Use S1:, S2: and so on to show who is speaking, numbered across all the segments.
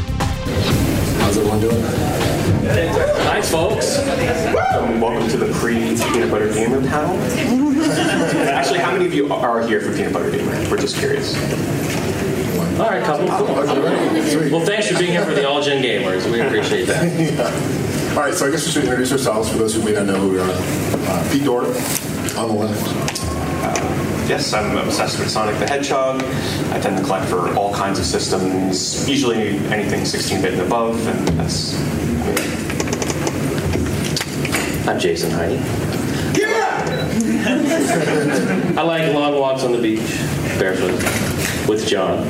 S1: Um, Actually, how many of you are here for peanut butter dinner? We're just curious.
S2: All right, couple. Well, thanks for being here for the All Gen Gamers. We appreciate that.
S3: All right, so I guess we should introduce ourselves for those who may not know who we are. Uh, Pete Dort on the left.
S1: Yes, I'm obsessed with Sonic the Hedgehog. I tend to collect for all kinds of systems, usually anything 16-bit and above, and that's.
S2: I'm Jason Heine. I like long walks on the beach, barefoot, with John,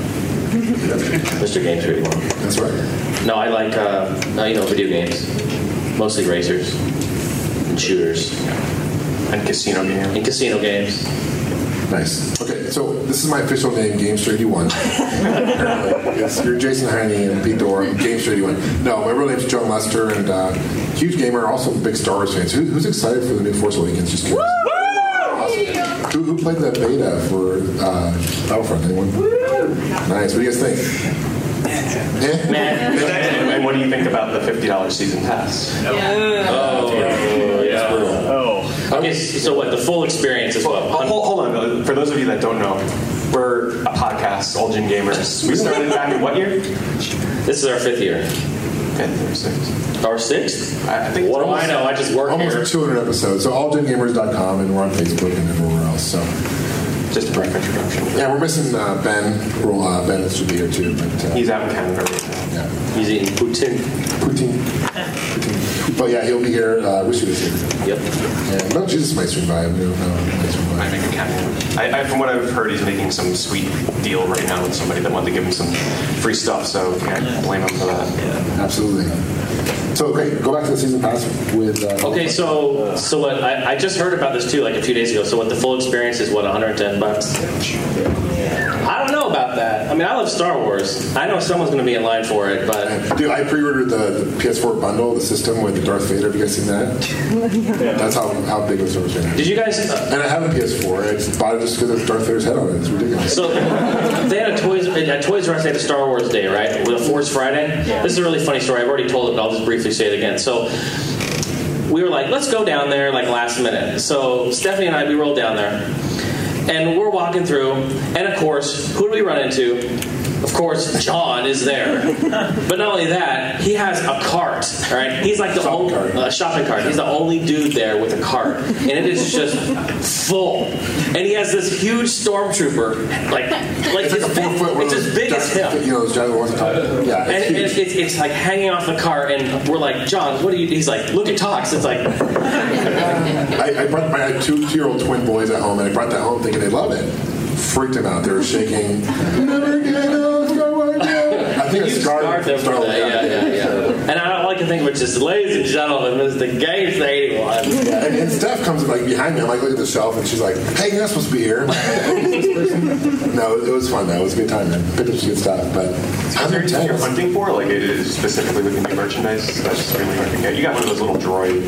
S2: Mr. Games 31.
S3: That's right.
S2: No, I like, uh, uh, you know, video games, mostly racers and shooters
S1: And casino game.
S2: and casino games.
S3: Nice. Okay, so this is my official name, Games 31. yes, you're Jason Heine and Pete Dort, Games 31. No, my real name's John Lester, and uh, huge gamer, also big Star Wars fans. Who, who's excited for the new Force Awakens? Just curious. Awesome. Who, who played that beta for uh, Battlefront? Anyone? Nice. What do you guys think? Eh?
S1: And what do you think about the $50 season pass?
S2: Oh, yeah. Okay, so what? The full experience is what?
S1: Hold, hold- hold on, for those of you that don't know, we're a podcast, All Gym Gamers. We started back in what year?
S2: This is our fifth year.
S1: Fifth or sixth?
S2: Our sixth?
S1: I I think it's
S2: What do I
S1: almost-
S2: know? I just work here.
S3: Almost 200 episodes. So allgengamers.com, and we're on Facebook and everywhere else. So
S1: Just a brief introduction.
S3: yeah, we're missing uh, Ben. Well, uh, ben should be here too. But uh,
S1: He's out in Canada right now.
S3: yeah,
S2: He's eating poutine.
S3: poutine. poutine. But yeah, he'll be here. Uh, wish he was here.
S2: Yep.
S3: Yeah, no, Jesus might swing by. We don't know. He might swing by.
S1: I make a cameo. I, I, from what I've heard, he's making some sweet deal right now with somebody that wanted to give him some free stuff, so can't blame him for that.
S3: Absolutely. So great. Go back to the season pass with. Uh,
S2: Okay, so so what? I, I just heard about this too, like a few days ago. So what? The full experience is what 110 bucks. I don't know about that. I mean, I love Star Wars. I know someone's going to be in line for it, but
S3: Dude, I pre-ordered the, the PS4 bundle, the system with the Darth Vader. Have you guys seen that? That's how, how big of a service right now.
S2: did you guys? Uh,
S3: And I have a PS4. I just bought it just because of Darth Vader's head on it. It's ridiculous.
S2: so they had a Toys at Toys R Us. They had a Star Wars Day, right? With a Force Friday. This is a really funny story. I've already told it, but I'll just briefly say it again. So we were like, let's go down there like last minute. So Stephanie and I, we rolled down there, and we're walking through, and of course, who do we run into? Of course, John is there. but not only that, he has a cart. All right, he's like the
S3: Shopping
S2: only
S3: cart.
S2: uh, shopping cart. He's the only dude there with a cart, and it is just full. And he has this huge stormtrooper, like like
S3: It's like a
S2: his big-
S3: four foot. one
S2: it's
S3: of
S2: as
S3: those
S2: big as
S3: giant-
S2: him.
S3: You know, those giant ones on top. Yeah,
S2: And,
S3: it's
S2: and
S3: huge.
S2: it's, it's, it's like hanging off the cart, and we're like, John, what are you? He's like, look at Tox. It's like,
S3: I, I brought my I had two year old twin boys at home, and I brought that home thinking they love it. Freaked them out. They were shaking. Never get off Star Wars. I think I
S2: You
S3: scarred
S2: scarred them for
S3: Star Wars,
S2: that, yeah, yeah, yeah. And I, all I can think of is just, ladies and gentlemen, this is the Games 81.
S3: And, and Steph comes like behind me. I'm like, look at the shelf, and she's like, "Hey, you're not supposed to be here." no, it was fun. though. It was a good time, man. Picked up some good stuff, but
S1: Is there anything
S3: 110.
S1: you're hunting for? Like, it is specifically with the new merchandise? That's really hard to get. You got one of those little droid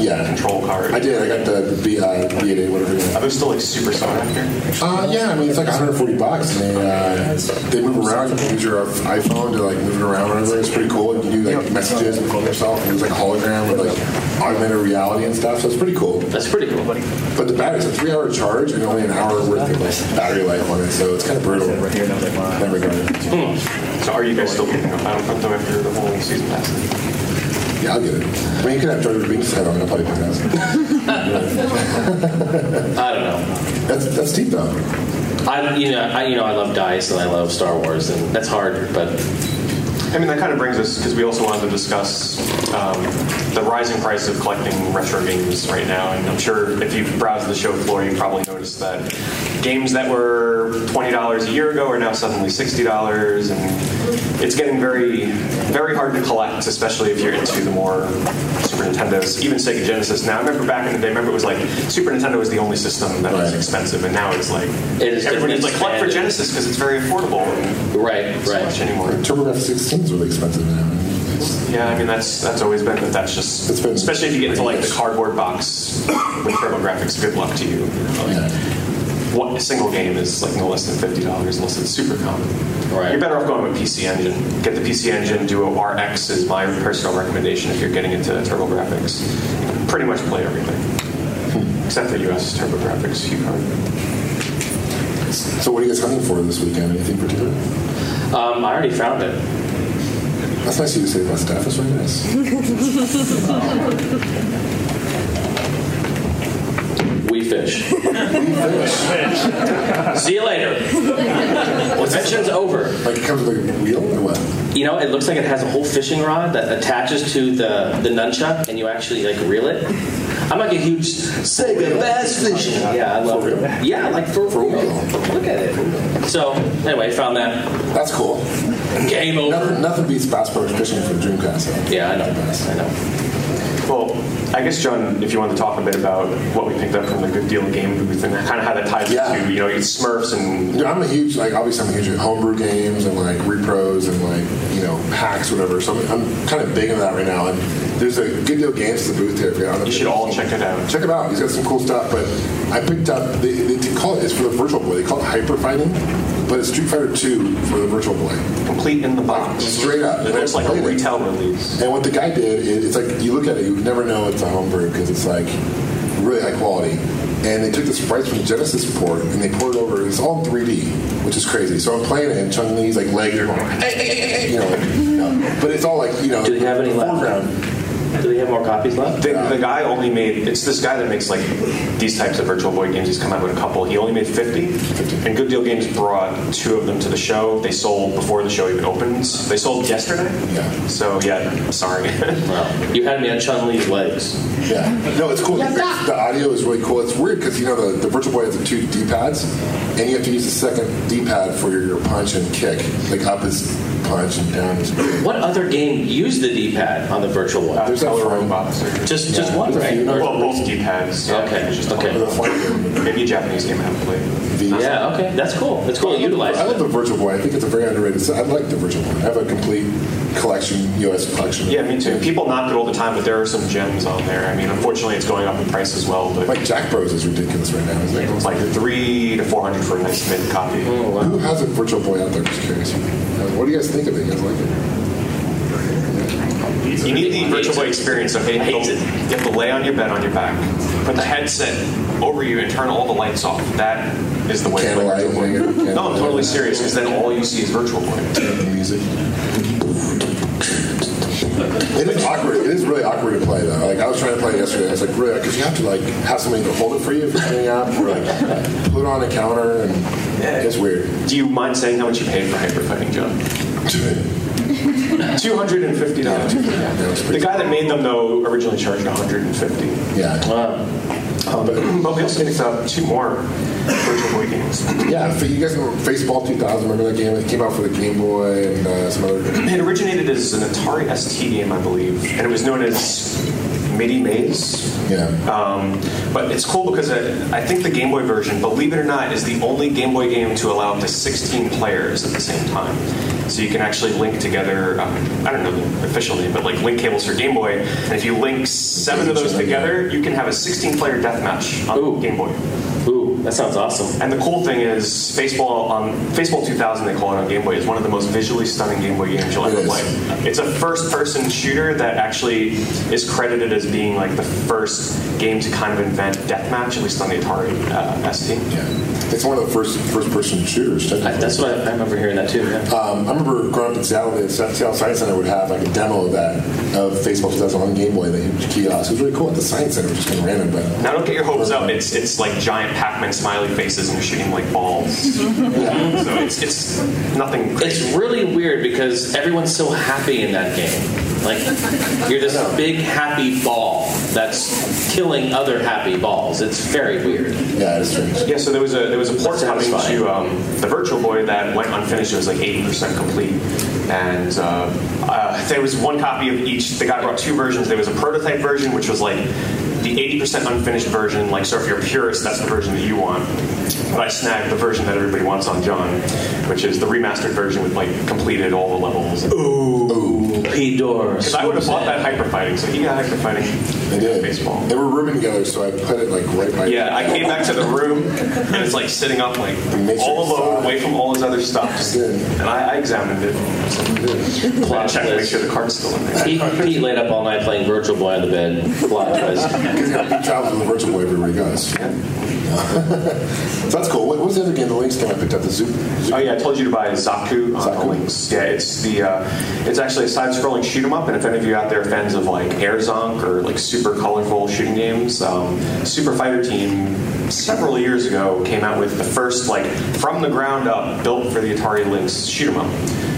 S3: Yeah,
S1: control cards.
S3: I did. I got the B uh, B8, whatever.
S1: Are those still like super Sonic here?
S3: Uh, yeah, I mean it's like 140 bucks. And they uh, they move around. You can use your iPhone to like move it around. Or whatever. It's pretty cool. And you can do like messages and clone yourself. And it's like a hologram with like augmented reality and stuff. So it's pretty cool.
S2: That's pretty cool.
S3: But the battery's a three-hour charge and only an hour worth of like, battery life on it. So it's kind of brutal. in that regard.
S1: So, are you guys still picking up Battlefront though after the whole season pass?
S3: Yeah, I'll get it. I mean, you could have George Binks head on it. I'll probably buy that.
S2: I don't know.
S3: That's that's deep though.
S2: I, you know, I, you know, I love dice and I love Star Wars, and that's hard, but
S1: I mean, that kind of brings us because we also wanted to discuss um, the rising price of collecting retro games right now. And I'm sure if you've browsed the show floor, you probably noticed that games that were twenty dollars a year ago are now suddenly sixty dollars, and it's getting very, very hard to collect, especially if you're into the more Super Nintendo's, even Sega Genesis. Now, I remember back in the day, I remember it was like Super Nintendo was the only system that was
S3: Right.
S1: expensive, and now it's like
S2: It is
S1: everybody's like collect for
S2: expanded.
S1: Genesis because it's very affordable. And
S2: right,
S1: so much
S2: right.
S1: anymore.
S3: TurboGrafx 16 is really expensive now.
S1: Yeah, I mean that's that's always been, but that's just
S3: It's been-
S1: especially if you get to like the cardboard box with TurboGrafx. Good luck to you.
S3: Yeah.
S1: What a single game is like no less than fifty dollars, unless it's super common.
S2: Right.
S1: You're better off going with PC Engine. Get the PC Engine Duo RX is my
S3: Hmm.
S1: personal recommendation if you're getting into TurboGrafx. Pretty much play everything. except for US TurboGrafx Hue card.
S3: So what are you guys hunting for this weekend? Anything particular?
S2: Um, I already found it.
S3: That's nice of you to say about staff. That's really nice.
S2: We fish.
S3: Fish.
S2: See you later. Convention's over.
S3: Like it comes with a wheel or what?
S2: You know, it looks like it has a whole fishing rod that attaches to the, the nunchuck, and you actually like reel it. I'm like a huge Sega bass fishing. Yeah, I love
S3: For real?
S2: it. Yeah, like for, for real. Look at it. So anyway, found that
S3: That's cool.
S2: game over.
S3: Nothing, nothing beats bass pro fishing for Dreamcast. though.
S2: Yeah, I know. I know.
S1: Well, I guess John, if you want to talk a bit about what we picked up from the Good Deal game booth and kind of how that ties
S3: Yeah.
S1: into you know it's Smurfs and
S3: Dude, I'm a huge like obviously I'm a huge at homebrew games and like repros and like you know hacks whatever. So I'm, I'm kind of big into that right now. And there's a good deal games at the booth here. If you're out
S1: you should all check it out.
S3: check it out. He's got some cool stuff. But I picked up they, they call it it's for the Virtual Boy. They call it Hyper Fighting, but it's Street Fighter 2 for the Virtual Boy.
S1: Complete in the box.
S3: Straight up.
S1: It looks like a
S3: Played it.
S1: retail release.
S3: And what the guy did is, it's like you look at it, you never know it's a homebrew because it's like really high quality. And they took the sprites from the Genesis port and they poured it over. It's all in 3D, which is crazy. So I'm playing it, and Chung Lee's like legs are going, hey, hey, hey, hey, you know, like, you know. but it's all like you know.
S2: Do they have any left?
S3: foreground?
S2: Do we have more copies left?
S1: The, the guy only made it's this guy that makes like these types of virtual boy games. He's come out with a couple. He only made 50, and Good Deal Games brought two of them to the show. They sold before the show even opens. They sold yesterday.
S3: Yeah.
S1: So yeah, sorry.
S2: Well, you had me at Chun Li's legs.
S3: Yeah. No, it's cool. The audio is really cool. It's weird because you know the, the Virtual Boy has the two D pads, and you have to use the second D pad for your, your punch and kick. Like up is punch and down is kick.
S2: What other game used the D-pad on the Virtual One?
S3: There's that
S1: Or
S3: one.
S1: robots. Or,
S2: Just just one, right?
S1: well, both D-pads. yeah,
S2: Okay,
S1: it's just-
S2: okay.
S3: The flight game.
S1: Maybe a Japanese game I haven't played.
S3: The-
S2: Yeah, okay. That's cool. That's cool. Utilize
S3: I
S2: it.
S3: love the Virtual Boy. I think it's a very underrated. set. I like the Virtual Boy. I have a complete collection, U.S. collection.
S1: Yeah, me too. People knock it all the time, but there are some gems on there. I mean, unfortunately, it's going up in price as well. But
S3: Like Jack Bros is ridiculous right now. It's like,
S1: it's like three to four hundred for a nice mid copy.
S3: Who has a Virtual Boy out there? Just curious. Uh, What do you guys think of it? You guys like it?
S1: You need the
S2: Hates
S1: virtual boy
S2: it.
S1: experience, okay? You have,
S2: Hates
S1: to,
S2: it.
S1: you have to lay on your bed on your back, put the headset over you, and turn all the lights off. That is the way to play
S3: Candlelight.
S1: virtual boy.
S3: hanging-
S1: No, I'm
S3: candlelight,
S1: totally serious, because then all you see is virtual boy.
S3: Music. It is awkward. It is really awkward to play though. Like I was trying to play it yesterday. I was like, really, because you have to like have somebody to hold it for you if you're standing up, or like put it on a counter, and it's weird.
S1: Do you mind saying how much you paid for Hyper Fighting John? Two hundred and fifty dollars.
S3: That was
S1: The
S3: pretty.
S1: guy that made them though originally charged one hundred and fifty.
S3: Yeah. Um, but
S1: But we also picked up two more virtual boy games.
S3: Yeah, so you guys remember Faceball 2000, remember that game? It came out for the Game Boy and uh, some other.
S1: It originated as an Atari ST game, I believe, and it was known as Midi Maze.
S3: Yeah.
S1: Um, but it's cool because I, I think the Game Boy version, believe it or not, is the only Game Boy game to allow up to 16 players at the same time. So you can actually link together, um, I don't know the official name, but like link cables for Game Boy. And if you link seven of those together, you can have a 16 player deathmatch on
S2: Ooh.
S1: Game Boy.
S2: Ooh, that sounds awesome.
S1: And the cool thing is, Spaceball on Spaceball 2000, they call it on Game Boy, is one of the most visually stunning Game Boy games you'll
S3: It
S1: ever
S3: is.
S1: play. It's a first-person shooter that actually is credited as being like the first game to kind of invent deathmatch, at least on the Atari uh, ST.
S3: Yeah. It's one of the first first person shooters.
S2: I,
S3: technically.
S2: that's what I, I remember hearing that too. Yeah.
S3: Um, I remember growing up in Seattle, the Seattle Science Center would have like a demo of that, of Faceball 2000 on Game Boy, the huge kiosk. It was really cool at the Science Center, just kind of random, but.
S1: Now don't get your hopes up. It's it's like giant Pac-Man smiley faces and you're shooting like balls. so it's it's nothing
S2: It's
S1: crazy.
S2: really weird because everyone's so happy in that game. Like you're this big happy ball that's killing other happy balls. It's very weird.
S3: Yeah, it's strange.
S1: Yeah, so there was a there was a port
S2: That's
S1: coming
S2: satisfying.
S1: to um, the Virtual Boy that went unfinished. It was like eighty percent complete, and uh, uh, there was one copy of each. The guy brought two versions. There was a prototype version, which was like the eighty percent unfinished version. Like, so if you're a purist, that's the version that you want. But I snagged the version that everybody wants on John, which is the remastered version with like completed all the levels. Ooh.
S2: P door.
S1: Because I would have bought that hyper fighting, so he got hyper fighting.
S3: They did.
S1: Baseball.
S3: They were rooming together, so I put it like right by.
S1: Yeah, I came back to the room and it's like sitting up, like
S3: Make sure
S1: all
S3: it's
S1: alone,
S3: solid.
S1: away from all his other stuff. Just-
S3: Good.
S1: And I, I examined it. I checked to make sure the card's still in there.
S2: Pete, Pete laid up all night playing Virtual Boy on the bed. Plot twist.
S3: Because yeah, he travels with a virtual boy everywhere he goes. so that's cool. What, what was the other game? The links game I picked up. The Zoop. Zoop.
S1: Oh yeah, I told you to buy Zaku on
S3: Zaku.
S1: the links. Yeah, it's the uh, it's actually a side-scrolling shoot 'em up. And if any of you out there are fans of like Air Zonk or like super colorful shooting games, um, Super Fighter Team several years ago came out with the first like from the ground up built for the Atari Lynx shoot 'em up.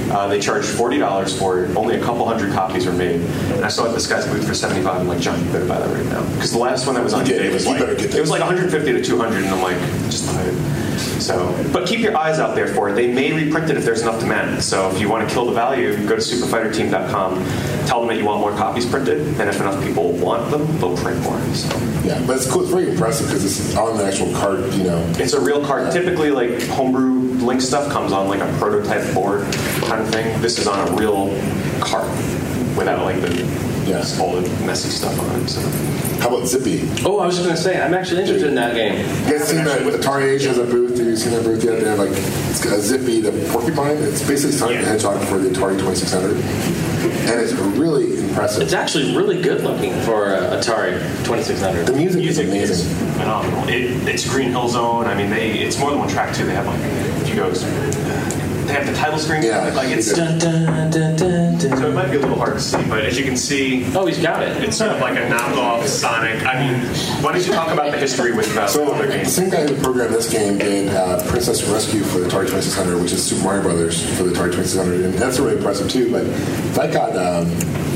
S1: Uh, they charged forty dollars for it. Only a couple hundred copies were made, and I saw it at this guy's booth for seventy-five. I'm like, John, you better buy that right now because the last one that was on
S3: You
S1: eBay was
S3: you
S1: like
S3: better get that.
S1: it was like 150 to 200, and I'm like, just buy it. So, but keep your eyes out there for it. They may reprint it if there's enough demand. So, if you want to kill the value, go to superfighterteam.com, tell them that you want more copies printed, and if enough people want them, they'll print more. So,
S3: Yeah, but it's cool. It's very impressive because it's on the actual card. You know.
S1: it's a real card. Typically, like homebrew link stuff comes on like a prototype board kind of thing. This is on a real card without like the
S3: Yeah.
S1: just all the messy stuff on it. So.
S3: How about Zippy?
S2: Oh, I was just gonna say, I'm actually interested in that game.
S3: You guys seen that with Atari Asia as a booth? Have you seen that booth the other day? Like, it's got a Zippy, the porcupine. It's basically Sonic the
S1: Yeah.
S3: Hedgehog for the Atari 2600. And it's really impressive.
S2: It's actually really good looking for uh, Atari 2600.
S3: The music,
S1: music
S3: is amazing.
S1: is phenomenal. It, it's Green Hill Zone. I mean, they it's more than one track too. They have like if you go, they have the title screen.
S3: Yeah.
S1: like it's so
S2: Dun, dun, dun, dun, dun.
S1: it might be a little hard to see, but as you can see,
S2: Oh, he's got it.
S1: it's sort of like a knockoff Sonic. I mean, why don't you talk about the history with uh,
S3: So
S1: other
S3: the
S1: games?
S3: same guy who programmed this game did uh, Princess Rescue for the Atari 2600, which is Super Mario Brothers for the Atari 2600, and that's really impressive too. But that got um,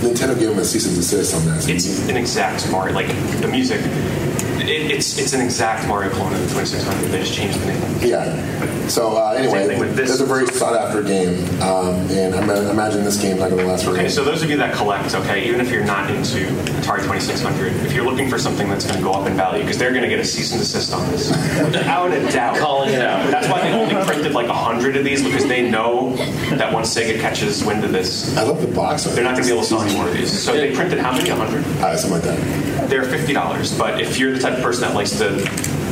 S3: Nintendo gave him a cease and desist on that.
S1: It's an exact Mario. Like the music, it, it's it's an exact Mario clone of the 2600. They just changed the name.
S3: yeah. So uh,
S1: Same
S3: anyway,
S1: thing with this.
S3: it's a very sought after game, um, and I ma- imagine this game's not going to last forever.
S1: Okay, so those of you that collect, okay, even if you're not into Atari 2600, if you're looking for something that's going to go up in value, because they're going to get a cease and desist on this, without a doubt.
S2: Calling it out.
S1: That's why they only printed like hundred of these because they know that once Sega catches wind of this,
S3: I love the box. art.
S1: they're not going to be able to sell any more of these. So they printed how many? hundred.
S3: Uh, something like that.
S1: They're fifty dollars. But if you're the type of person that likes to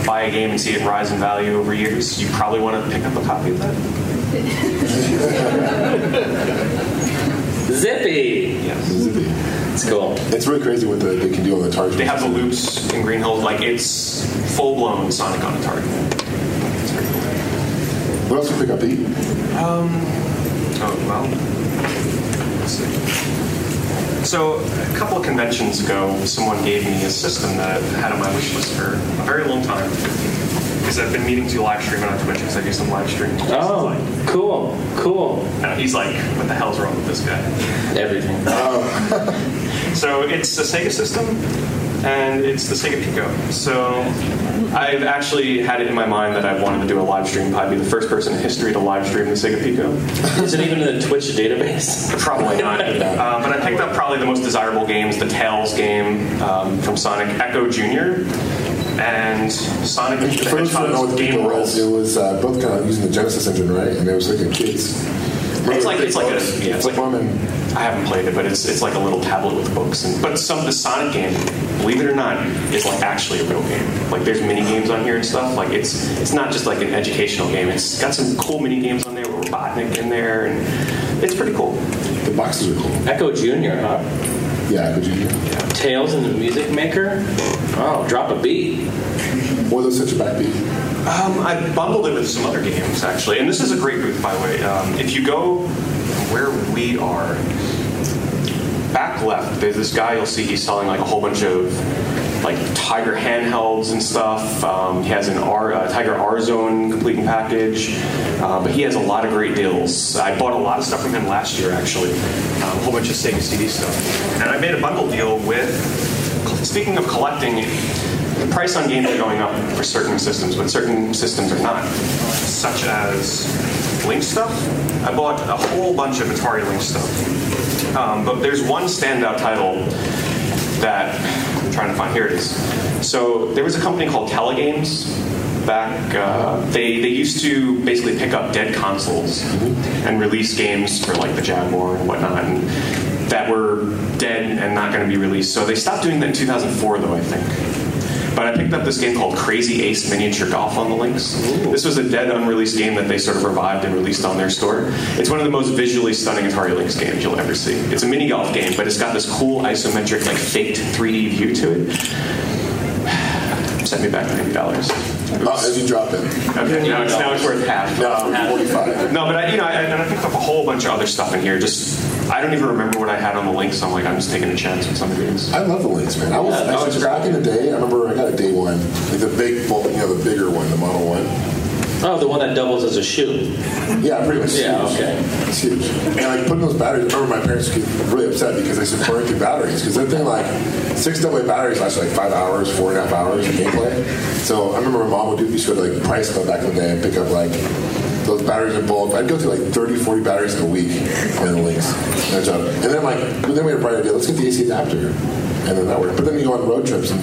S1: buy a game and see it rise in value over years, you probably want to pick up a copy of that.
S2: Zippy.
S1: Yes.
S2: It's cool.
S3: It's really crazy what the, they can do on the Atari.
S1: They have the loops in Green Hill, like it's full blown Sonic on Atari. It's pretty cool.
S3: What else did we pick up? Pete?
S1: Oh, well. Let's see. So, a couple of conventions ago, someone gave me a system that I've had on my wish list for a very long time. Because I've been meaning to live stream it on Twitch because I do some live streams.
S2: Oh, cool, cool.
S1: And he's like, what the hell's wrong with this guy?
S2: Everything.
S1: So, it's a Sega system, and it's the Sega Pico. So, I've actually had it in my mind that I wanted to do a live stream. I'd be the first person in history to live stream the Sega Pico.
S2: Is it even in the Twitch database?
S1: Probably not. Uh, but I picked up probably the most desirable games, the Tails game um, from Sonic Echo Jr. and Sonic the
S3: For those who don't know what
S1: Hedgehog's
S3: the
S1: game
S3: Beetle was, it
S1: rules.
S3: was uh, both kind of using the Genesis engine, right? And it was like a kids.
S1: It's like- it's like a- yeah,
S3: it's
S1: it's
S3: like
S1: like-
S3: mom and
S1: I haven't played it, but it's it's like a little tablet with books. And, but some the Sonic game, believe it or not, is like actually a real game. Like there's mini games on here and stuff. Like it's it's not just like an educational game. It's got some cool mini games on there with Robotnik in there, and it's pretty cool.
S3: the boxes are cool.
S2: Echo Junior, huh?
S3: Yeah, could you?
S2: Tails and the Music Maker. Oh, drop a beat.
S3: What was such a backbeat?
S1: Um, I bundled it with some other games actually, and this is a great booth by the way. Um, if you go where we are, back left, there's this guy you'll see. He's selling like a whole bunch of like Tiger handhelds and stuff. Um, he has an R uh, Tiger R Zone completing package, uh, but he has a lot of great deals. I bought a lot of stuff from him last year actually, um, a whole bunch of Sega CD stuff, and I made a bundle deal with Speaking of collecting, the price on games are going up for certain systems, but certain systems are not, such as Link stuff. I bought a whole bunch of Atari Link stuff, um, but there's one standout title that I'm trying to find. Here it is. So there was a company called Telegames back uh, they, they used to basically pick up dead consoles and release games for like the jaguar and whatnot and that were dead and not going to be released. So they stopped doing that in 2004, though I think. But I picked up this game called Crazy Ace Miniature Golf on the links. This was a dead, unreleased game that they sort of revived and released on their store. It's one of the most visually stunning Atari Lynx games you'll ever see. It's a mini golf game, but it's got this cool isometric, like faked 3D view to it. Sent me back ninety dollars.
S3: Oh, you dropped it.
S1: Okay, now it's, now it's worth half.
S3: No, 45.
S1: No, but I, you know, I, and I picked up a whole bunch of other stuff in here. Just, I don't even remember what I had on the links. I'm like, I'm just taking a chance on some of these.
S3: I love the links, man. I was,
S2: Yeah,
S3: I was back in the day. I remember I got a day one, like the big, bulk- you know, the bigger one, the model one.
S2: Oh, the one that doubles as a shoe.
S3: Yeah, pretty much.
S2: Yeah, okay.
S3: It's huge. And like putting those batteries. I remember my parents get really upset because they said burn through batteries because that thing like six AA batteries lasts like five hours, four and a half hours of gameplay. So I remember my mom would do used to go to like Price Club back in the day and pick up like those batteries in bulk. I'd go through like 30, 40 batteries in a week on the links. No job. And then like then we had a bright idea. Let's get the AC adapter, and then that worked. But then you go on road trips and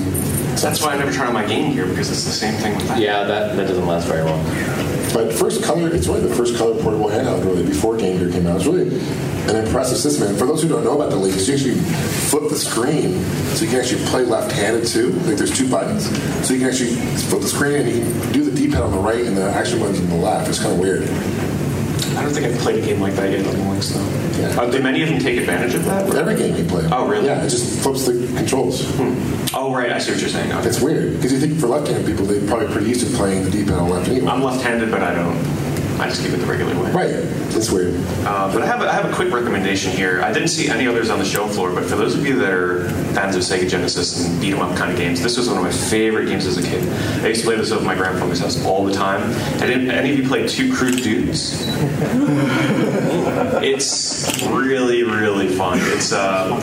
S1: That's why I never tried on my game gear because it's the same thing with that.
S2: Yeah, that, that doesn't last very long.
S3: But first color, it's really the first color portable handheld really before Game Gear came out. It's really an impressive system. And for those who don't know about the Leagues, you actually flip the screen so you can actually play left-handed too. Like there's two buttons, so you can actually flip the screen and you can do the D-pad on the right and the action buttons on the left. It's kind of weird.
S1: I don't think I've played a game like that yet on the links though.
S3: Yeah.
S1: Uh, do many of them take advantage of that?
S3: Every game you play.
S1: Oh, really?
S3: Yeah, it just flips the controls.
S1: Oh right, I see what you're saying. Okay.
S3: It's weird because you think for left-handed people, they're probably pretty used to playing the D-pad on the left anyway.
S1: I'm left-handed, but I don't. I just keep it the regular way.
S3: right. It's weird.
S1: Uh, but I have, a, I have a quick recommendation here. I didn't see any others on the show floor, but for those of you that are fans of Sega Genesis and beat 'em up kind of games, this was one of my favorite games as a kid. I used to play this over at my grandfather's house all the time. And did any of you play Two Crude Dudes? it's really, really fun. It's uh,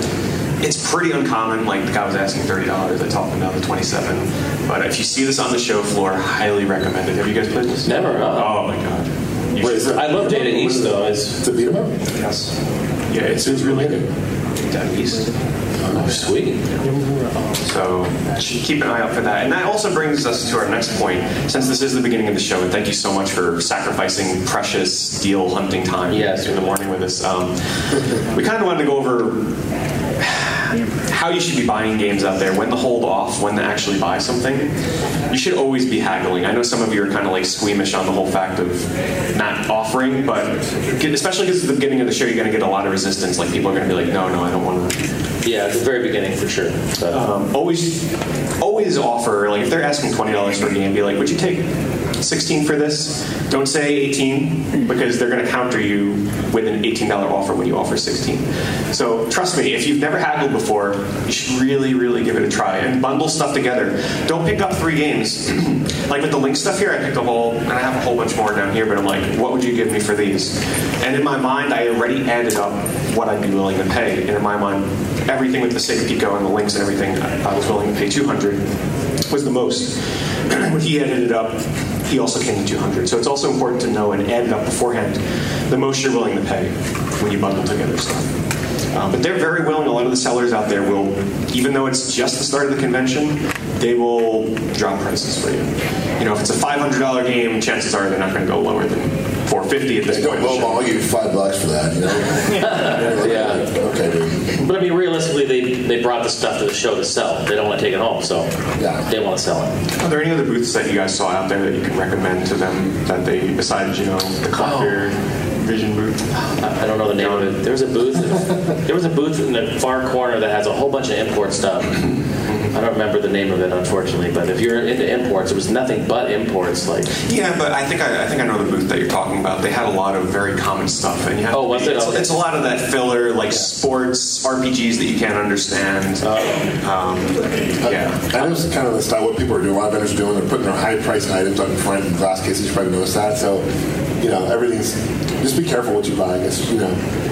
S1: it's pretty uncommon. Like the guy was asking thirty dollars, I talked him down to twenty-seven. But if you see this on the show floor, highly recommend it. Have you guys played this?
S2: Never. Uh,
S1: Oh my god. You
S3: Wait,
S1: should-
S3: is it-
S2: I love Data East though. It's
S3: It's a beat 'em up.
S1: Yes. Yeah, it's, it's really good. Done yeast.
S2: oh, sweet.
S1: So sh- keep an eye out for that. And that also brings us to our next point. Since this is the beginning of the show, and thank you so much for sacrificing precious deal hunting time
S2: Yes.
S1: in the morning with us. Um, we kind of wanted to go over how you should be buying games out there, when to hold off, when to actually buy something. You should always be haggling. I know some of you are kind of like squeamish on the whole fact of not offering, but especially because at the beginning of the show, you're going to get a lot of resistance. Like people are going to be like, no, no, I don't want to.
S2: Yeah, at the very beginning for sure. But,
S1: Um, always, always offer like if they're asking twenty dollars for a game, be like, would you take sixteen for this? Don't say eighteen because they're going to counter you with an eighteen dollar offer when you offer sixteen. So trust me, if you've never haggled before, you should really, really give it a try and bundle stuff together. Don't pick up three games. like with the link stuff here, I picked up all, and I have a whole bunch more down here. But I'm like, what would you give me for these? And in my mind, I already added up what I'd be willing to pay. And in my mind, everything with the Sig Pico and the links and everything, I was willing to pay 200 was the most. when he added it up, he also came to 200. So it's also important to know and add it up beforehand the most you're willing to pay when you bundle together stuff. Um, but they're very willing. A lot of the sellers out there will, even though it's just the start of the convention, they will drop prices for you. You know, if it's a $500 game, chances are they're not going to go lower than 450 at this
S3: They
S1: point.
S3: don't lowball you five bucks for that, you know?
S2: Yeah.
S3: Okay, dude.
S2: but I mean, realistically, they, they brought the stuff to the show to sell. They don't want to take it home, so
S3: Yeah.
S2: they want to sell it.
S1: Are there any other booths that you guys saw out there that you could recommend to them that they besides you know the Clockier Vision booth?
S2: I I don't know the name of it. There was a booth. There was a booth in the far corner that has a whole bunch of import stuff.
S1: Mm-hmm.
S2: I don't remember the name of it, unfortunately. But if you're into imports, it was nothing but imports. Like,
S1: Yeah, but I think I, I think I know the booth that you're talking about. They had a lot of very common stuff, and you have
S2: Oh, was it?
S1: It's, it's a lot of that filler like sports RPGs that you can't understand.
S2: Oh.
S1: um, yeah.
S3: That is kind of the style what people are doing. A lot of vendors are doing. They're putting their high-priced items up in front in glass cases. You probably noticed that. So, you know, everything's. Just be careful what you buy. I guess you know.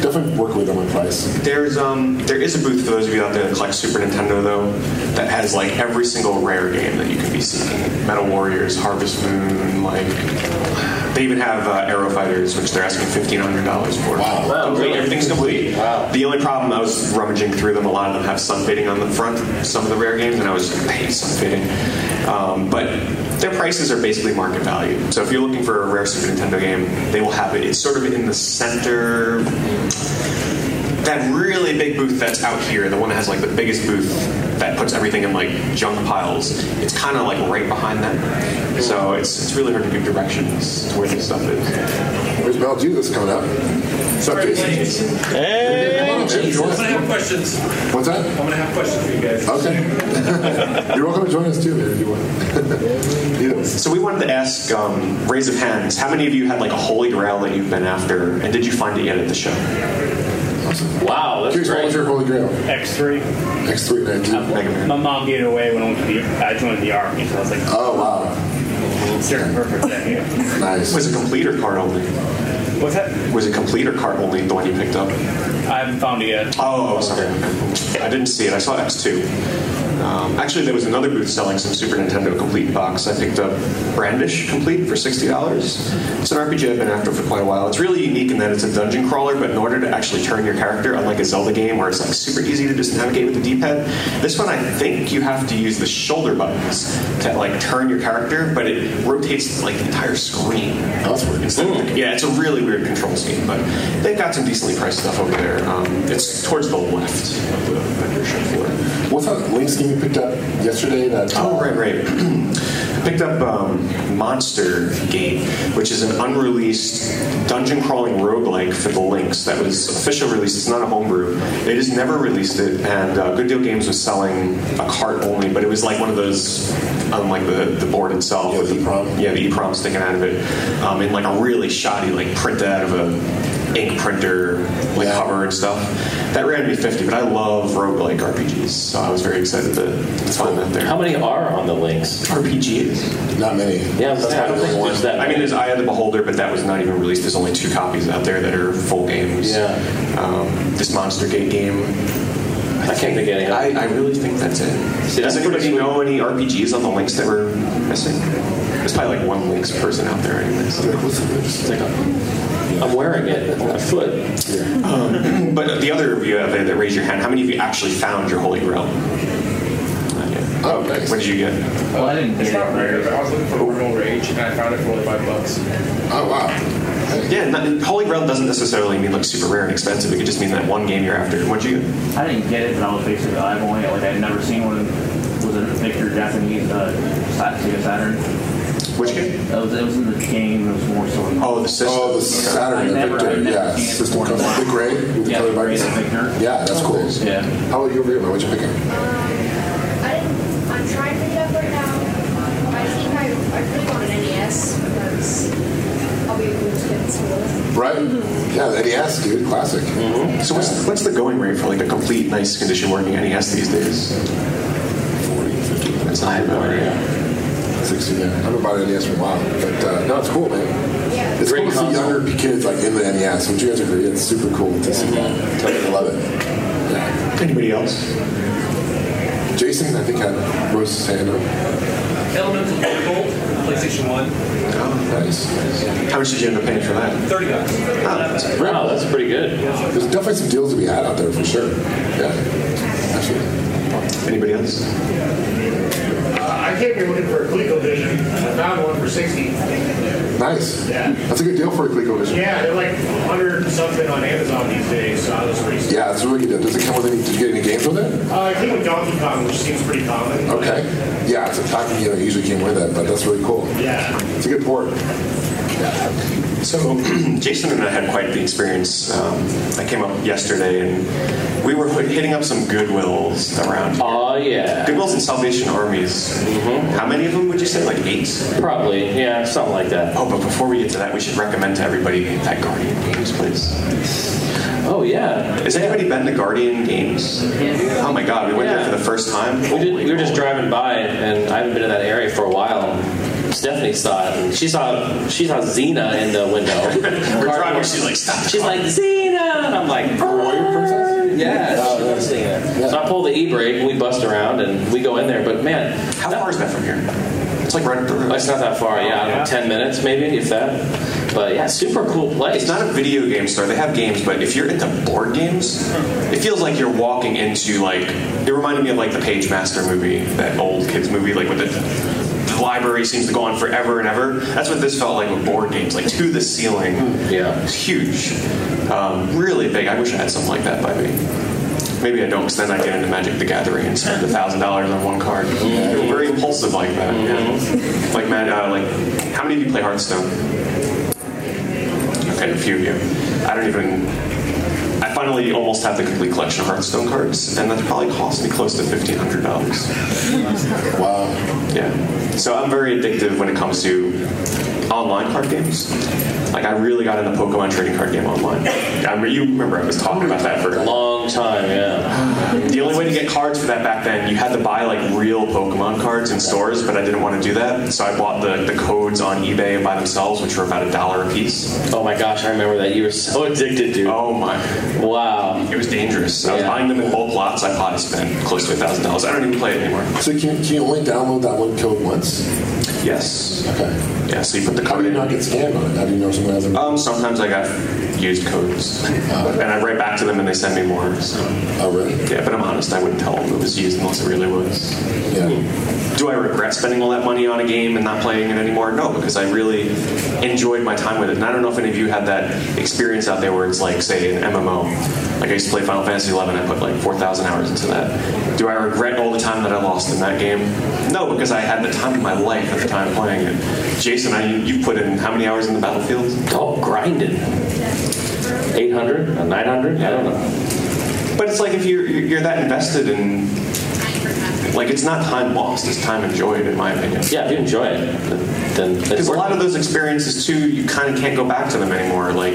S3: Definitely work with them on price.
S1: There's um there is a booth for those of you out there that collect Super Nintendo though that has like every single rare game that you can be seeking. Metal Warriors, Harvest Moon, like they even have uh, Arrow Fighters, which they're asking fifteen hundred dollars for.
S3: Wow.
S2: Wow,
S1: Complete-
S2: really?
S1: Everything's complete.
S2: Wow.
S1: The only problem I was rummaging through them, a lot of them have sun fading on the front. Some of the rare games, and I was I hate sun fading. Um, but their prices are basically market value. So if you're looking for a rare Super Nintendo game, they will have it. It's sort of in the center that really big booth that's out here, the one that has like the biggest booth that puts everything in like junk piles, it's kind of like right behind that. So it's, it's really hard to give directions to where this stuff is.
S3: Where's Bell Jesus coming up? What's up, Jason?
S2: Hey,
S3: Come
S4: I'm
S3: on
S4: gonna
S3: up, man.
S4: have questions. I'm
S3: What's that?
S4: gonna have questions for you guys.
S3: Okay. You're welcome to join us too, man, if you want. Either one.
S1: So we wanted to ask, um, raise of hands, how many of you had like a holy grail that you've been after, and did you find it yet at the show?
S2: wow, that's
S3: Curious, what was
S2: great.
S3: your holy grail?
S5: X3.
S3: X three nineteen.
S1: Mega Man.
S5: My mom gave it away when I, went to the, I joined the army, so I was like,
S3: Oh wow,
S5: it's your perfect thing. yeah.
S3: nice.
S1: Was it complete or card only?
S5: What's that?
S1: Was it complete or card only, the one you picked up?
S5: I haven't found it yet.
S6: Uh,
S1: Oh, sorry. I didn't see it. I saw X2. Um, actually, there was another booth selling some Super Nintendo complete box. I picked up Brandish Complete for sixty dollars. It's an RPG I've been after for quite a while. It's really unique in that it's a dungeon crawler, but in order to actually turn your character, unlike a Zelda game where it's like super easy to just navigate with the D-pad, this one I think you have to use the shoulder buttons to like turn your character, but it rotates like the entire screen.
S3: That's weird.
S1: Instead of- yeah, it's a really weird control scheme, but they've got some decently priced stuff over there. Um, it's towards the left of the vendor shop floor.
S3: What's that Link scheme you picked up yesterday? That
S1: Oh, right, right. I picked up um, Monster Gate, which is an unreleased dungeon crawling roguelike for the Lynx that was official release. It's not a homebrew. They just never released it, and uh, Good Deal Games was selling a cart only, but it was like one of those on like the, the board itself.
S3: Yeah, the EEPROM.
S1: Yeah, the EEPROM sticking out of it. Um, in like a really shoddy, like printed out of a ink printer, like
S3: Yeah.
S1: cover and stuff. That ran me 50, but I love roguelike RPGs, so I was very excited to, to find that there.
S2: How many are on the links?
S1: RPGs.
S3: Not many.
S2: Yeah, that's
S3: kind
S2: I
S3: of
S2: don't
S3: the
S2: think
S3: only
S2: there's that.
S1: I mean, there's Eye of the Beholder, but that was not even released. There's only two copies out there that are full games.
S2: Yeah.
S1: Um, this Monster Gate game.
S2: I can't think of any.
S1: I, I really think that's it.
S2: See, that's
S1: Does anybody
S2: pretty sweet.
S1: know any RPGs on the links that were missing? There's probably like one links person out there, anyways.
S3: Like, what's the-
S2: It's like a- I'm wearing it on my foot.
S1: But the other of you out there that raised your hand, how many of you actually found your Holy Grail? Not yet.
S3: Oh, nice.
S1: What did you get?
S4: Well, I didn't it's not rare. but I was looking for Royal Rage, and I found it for only five bucks.
S3: Oh wow.
S1: Yeah, not, Holy Grail doesn't necessarily mean like super rare and expensive. It could just mean that one game you're after. What'd you get?
S7: I didn't get it, but I was basically I've only like I'd never seen one. It was a Victor Japanese uh, Sat- Sega Saturn.
S1: Which game?
S7: It was, it was in the game. It was more so. In
S1: Oh, the system.
S3: Oh, the Saturn
S7: I never-
S3: Victor.
S7: I've never
S3: Yeah,
S7: seen it
S3: system
S7: before.
S3: comes the gray with the
S7: yeah,
S3: color
S7: Great
S3: buttons.
S7: Victor.
S3: Yeah, that's cool.
S7: Yeah.
S3: How about you over here? man? What'd you pick up?
S8: I didn't, I'm trying to pick it up right now. I think I, I put it on an NES because I'll be able to get school.
S3: Right? Yeah, the NES, dude, classic.
S1: So what's what's the going rate for like a complete nice condition working NES these days?
S3: 40, 50,
S1: That's not bad. Yeah.
S3: 60, yeah. I haven't bought an NES for a while, but uh, no, it's cool, man.
S8: Yeah.
S3: It's
S2: Great
S3: cool to see
S2: console.
S3: younger kids like in the NES. Would you guys agree? It's super cool to see that. I love it. Yeah.
S1: Anybody else?
S3: Jason, I think had Rose's hand up.
S4: Elemental Gold, PlayStation 1,
S3: Ah, Nice.
S1: How much did you end up paying for that?
S4: 30 bucks.
S2: Wow, that's pretty good.
S3: There's definitely some deals to be had out there for sure. Yeah. Absolutely.
S1: Anybody else?
S6: I came here looking for a ColecoVision. I found one for 60.
S3: Nice.
S6: Yeah.
S3: That's a good deal for a ColecoVision.
S6: Yeah, they're like 100 something on Amazon these days, so I was pretty stoked.
S3: Yeah, it's a really good deal. Does it come with any, did you get any games with it?
S6: Uh, I came with Donkey Kong, which seems pretty common. but-
S3: Okay. Yeah, it's a pack you know, it usually came with it, but that's really cool.
S6: Yeah.
S3: It's a good port.
S1: So Jason and I had quite the experience. Um, I came up yesterday and we were hitting up some Goodwills around. here.
S2: Oh yeah,
S1: Goodwills and Salvation Armies. How many of them would you say? Like eight?
S2: probably yeah, something like that.
S1: Oh, but before we get to that, we should recommend to everybody that Guardian Games, please.
S2: Oh yeah,
S1: Has anybody been to Guardian Games? Oh my God, we went there for the first time.
S2: we, did, we were just driving by, and I haven't been in that area for a while. Stephanie saw it. And she saw she saw Xena in the window.
S1: We're driving. She's like, stop.
S2: She's like Xena, and I'm like,
S3: Warrior Princess?
S2: Yeah,
S3: Oh,
S2: she
S3: yeah.
S2: loves seeing that.
S3: Yeah.
S2: So I pull the e brake, we bust around, and we go in there. But man,
S1: How
S2: that-
S1: far is that from here? It's like right up the road.
S2: It's not that far. Yeah, I don't know, ten minutes maybe, if that. But yeah, super cool place.
S1: It's not a video game store. They have games, but if you're into board games, it feels like you're walking into like. It reminded me of like the Page Master movie, that old kids movie, like with the library seems to go on forever and ever. That's what this felt like with board games, like to the ceiling.
S2: Yeah.
S1: It's huge, um, really big. I wish I had something like that by me. Maybe I don't, because then I get into Magic the Gathering and spend a thousand dollars on one card. They're very impulsive like that. Yeah. Like man, uh, like how many of you play Hearthstone? Okay, a few of you. I don't even. I finally almost have the complete collection of Hearthstone cards, and that's probably cost me close to fifteen hundred dollars.
S3: Wow.
S1: Yeah. So I'm very addictive when it comes to online card games. Like I really got into Pokemon trading card game online. I mean, you remember I was talking about that for a long.
S2: Long time, yeah.
S1: The only way to get cards for that back then, you had to buy like real Pokemon cards in stores, but I didn't want to do that, so I bought the, the codes on eBay by themselves, which were about a dollar a piece.
S2: Oh my gosh, I remember that. You were so addicted, dude.
S1: Oh my!
S2: Wow.
S1: It was dangerous. I was
S2: Yeah.
S1: buying them in bulk lots. I probably spent close to a thousand dollars. I don't even play it anymore.
S3: So can, can you only download that one code once?
S1: Yes.
S3: Okay.
S1: Yeah. So you put the
S3: How
S1: code
S3: do you
S1: in.
S3: not get scammed on it? How do you know someone has a
S1: Um, sometimes I got used codes, and I write back to them, and they send me more. So.
S3: Oh, really?
S1: Yeah, but I'm honest. I wouldn't tell them it was used unless it really was.
S3: Yeah.
S1: Do I regret spending all that money on a game and not playing it anymore? No, because I really enjoyed my time with it. And I don't know if any of you had that experience out there where it's like, say, an MMO. Like I used to play Final Fantasy XI. I put like 4,000 hours into that. Do I regret all the time that I lost in that game? No, because I had the time of my life at the time playing it. Jason, I, you put in how many hours in the battlefield?
S2: Oh, grinded. 800? Uh, 900? I don't know.
S1: But it's like if you're you're that invested in, like it's not time lost; it's time enjoyed, in my opinion.
S2: Yeah, if you enjoy it, then. then
S1: Because a lot of those experiences too, you kind of can't go back to them anymore. Like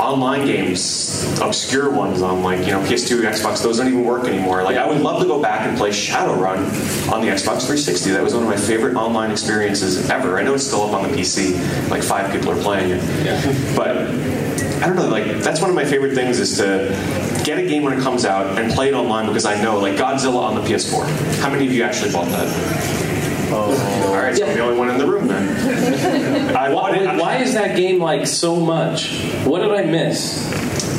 S1: online games, obscure ones on like you know PS2, Xbox, those don't even work anymore. Like I would love to go back and play Shadowrun on the Xbox 360. That was one of my favorite online experiences ever. I know it's still up on the PC. Like five people are playing it. But I don't know, like that's one of my favorite things is to get a game when it comes out and play it online because I know, like Godzilla on the PS4. How many of you actually bought that? Oh, all right, so I'm the only one in the room then. I bought it.
S2: Wait, why is that game like so much? What did I miss?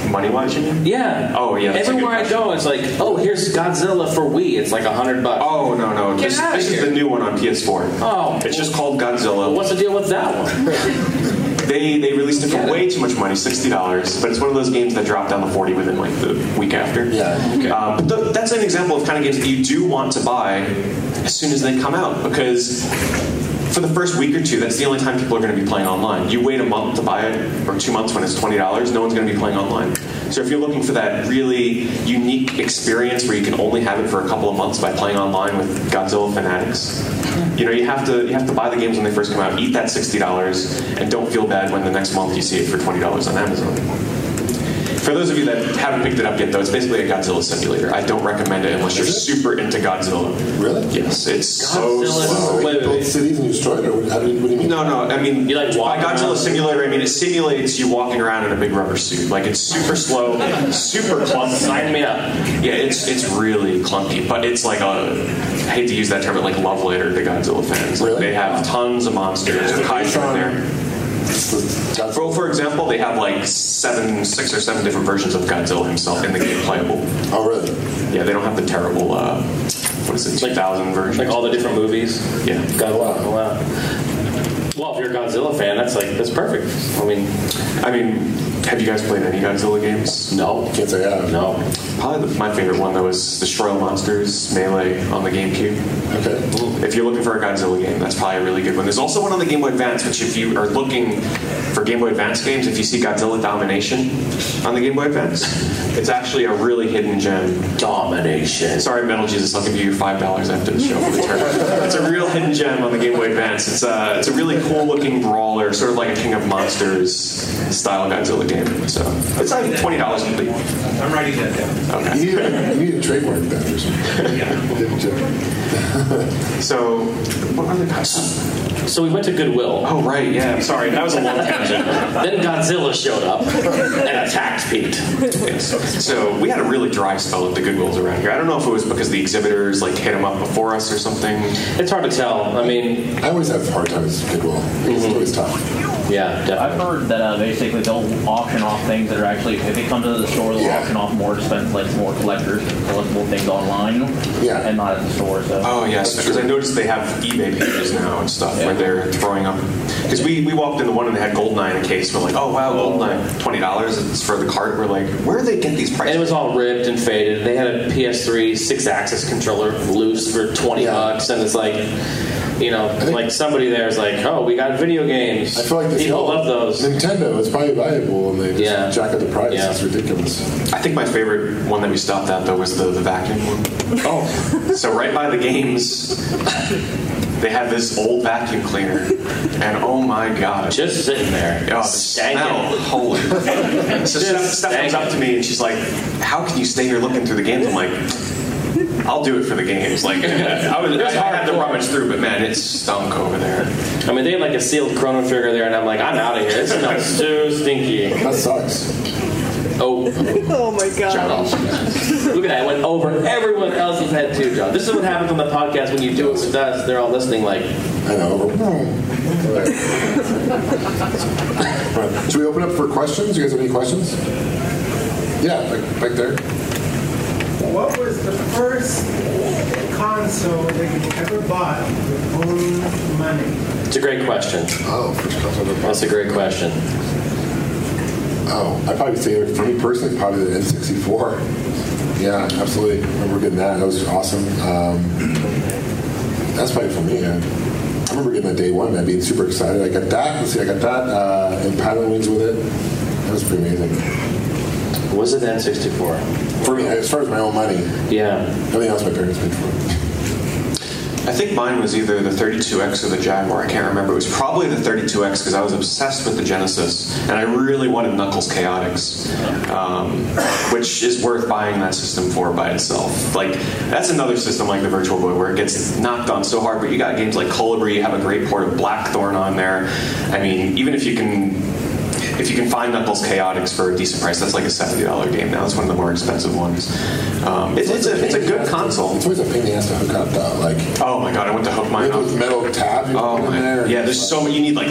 S1: money watching?
S2: Yeah.
S1: Oh, yeah, that's a good
S2: Everywhere I go, it's like, oh, here's Godzilla for Wii. It's like a hundred bucks.
S1: Oh no no!
S2: Get
S1: This,
S2: outta
S1: this is
S2: here.
S1: the new one on PS4.
S2: Oh.
S1: it's just called Godzilla.
S2: What's the deal with that one?
S1: They they released it
S2: Get it.
S1: for way too much money, sixty dollars. But it's one of those games that dropped down to forty within like the week after.
S3: Yeah.
S2: Okay.
S1: Um, but th- that's an example of kind of games that you do want to buy as soon as they come out because for the first week or two, that's the only time people are going to be playing online. You wait a month to buy it or two months when it's twenty dollars, no one's going to be playing online. So if you're looking for that really unique experience where you can only have it for a couple of months by playing online with Godzilla fanatics, you know you have to you have to buy the games when they first come out. Eat that sixty dollars and don't feel bad when the next month you see it for twenty dollars on Amazon. For those of you that haven't picked it up yet, though, it's basically a Godzilla simulator. I don't recommend it unless you're super into Godzilla.
S3: Really?
S1: Yes, it's
S2: Godzilla
S1: so
S3: Wow.
S1: slow.
S2: Wait, wait,
S3: Build
S2: wait.
S3: cities and destroy it? Or what, how do you, what do you mean?
S1: No, no. I mean,
S2: You like
S1: by
S2: walk
S1: Godzilla
S2: around?
S1: simulator, I mean it simulates you walking around in a big rubber suit. Like it's super slow, super clunky.
S2: Sign me up.
S1: Yeah, it's it's really clunky, but it's like a. I hate to use that term, but like love letter to Godzilla fans. Like,
S3: Really?
S1: They have tons of monsters. with Kaiju in there.
S3: It's the- that's-
S1: Well, for example, they have like seven, six or seven different versions of Godzilla himself in the game playable.
S3: oh, really?
S1: Yeah, they don't have the terrible, uh, what is it, 2000 version?
S2: Like all the different movies.
S1: Yeah.
S2: Godzilla. Wow. Well, if you're a Godzilla fan, that's like that's perfect. I mean,
S1: I mean, have you guys played any Godzilla games?
S2: no,
S3: Can't say I have.
S2: no.
S1: Probably the, my favorite one, though, is the Shroy Monsters Melee on the GameCube.
S3: Okay.
S1: If you're looking for a Godzilla game, that's probably a really good one. There's also one on the Game Boy Advance, which if you are looking for Game Boy Advance games, if you see Godzilla Domination on the Game Boy Advance, it's actually a really hidden gem.
S2: Domination.
S1: Sorry, Metal Jesus, I'll give you your five dollars after the show for the turn. it's a real hidden gem on the Game Boy Advance. It's a it's a really cool looking brawler, sort of like a King of Monsters style Godzilla game. So it's like twenty dollars complete.
S4: I'm writing that down.
S1: Okay.
S3: You need, a, you need a trademark that or something. Didn't you?
S1: So what are the guys?
S2: So we went to Goodwill.
S1: Oh right, yeah. I'm sorry, that was a long tangent.
S2: Then Godzilla showed up and attacked Pete.
S1: Yes. So we had a really dry spell at the Goodwills around here. I don't know if it was because the exhibitors like hit them up before us or something.
S2: It's hard to tell. I mean, Mm-hmm.
S3: I always have hard times with Goodwill. It's always tough.
S2: yeah,
S7: I've
S2: definitely.
S7: heard that uh, basically they'll auction off things that are actually, if it comes into the store, they'll
S3: Yeah.
S7: auction off more expensive, like more collectors, collectible things online,
S3: Yeah.
S7: and not at the store. So
S1: Oh yes, because I noticed they have eBay pages now and stuff where they're throwing up. Because we, we walked into one and they had Goldeneye in a case. We're like, oh wow, Goldeneye, twenty dollars. It's for the cart. We're like, where do they get these
S2: And
S1: prices?
S2: it was all ripped and faded. They had a PS3 six-axis controller loose for twenty
S3: Yeah.
S2: bucks, and it's like, you know,
S3: think-
S2: like somebody there is like, oh, we got video games.
S3: I feel like they
S2: people
S3: sell
S2: love those.
S3: Nintendo. It's probably valuable, and they just
S2: Yeah.
S3: jack up the price.
S2: Yeah.
S3: It's ridiculous.
S1: I think my favorite one that we stopped at though was the, the vacuum one. Oh, so right by the games, they had this old vacuum cleaner, and oh my god,
S2: Just sitting there,
S1: Oh, the
S2: stank
S1: smell. Holy. so Steph, Steph comes up to me and she's like, How can you stay here looking through the games? I'm like, I'll do it for the games. Like, I, was, I had to rummage through, but man, it stunk over there.
S2: I mean, they had like a sealed chrono trigger there, and I'm like, I'm out of here. It smells so stinky.
S3: That sucks.
S2: Oh,
S9: Oh my
S3: Shout
S9: god.
S3: out.
S2: Look at that. I went over everyone else's head too, John. This is what happens on the podcast when you do it with us. They're all listening like,
S3: I know. over- All right. Should we open up for questions? You guys have any questions? Yeah, back, back there.
S6: What was the first console that you ever bought with own money?
S2: it's a great question.
S3: Oh, first console ever bought.
S2: That's a great question.
S3: Oh, I probably say for me personally, probably the N64. Yeah, absolutely. I remember getting that. That was awesome. Um, that's probably for me. I, I remember getting that day one and being super excited. I got that. Let's see, I got that uh, and paddle wings with it. That was pretty amazing.
S2: Was it N64?
S3: For me, as far as my own money,
S2: Yeah.
S3: everything else my parents paid for.
S1: I think mine was either the 32X or the Jaguar. I can't remember. It was probably the 32X because I was obsessed with the Genesis, and I really wanted Knuckles Chaotix, um, which is worth buying that system for by itself. Like that's another system like the Virtual Boy where it gets knocked on so hard, but you got games like Colibri. You have a great port of Blackthorn on there. I mean, even if you can if you can find Knuckles Chaotix for a decent price, that's like a seventy dollar game now. It's one of the more expensive ones. Um, it's, it's, a, it's a good console.
S3: It's always a pain in the ass to hook up though. Like
S1: Oh my god, I went to hook mine
S3: those
S1: up.
S3: metal tabs you
S1: Oh
S3: put in there.
S1: my, yeah, there's so many. You need like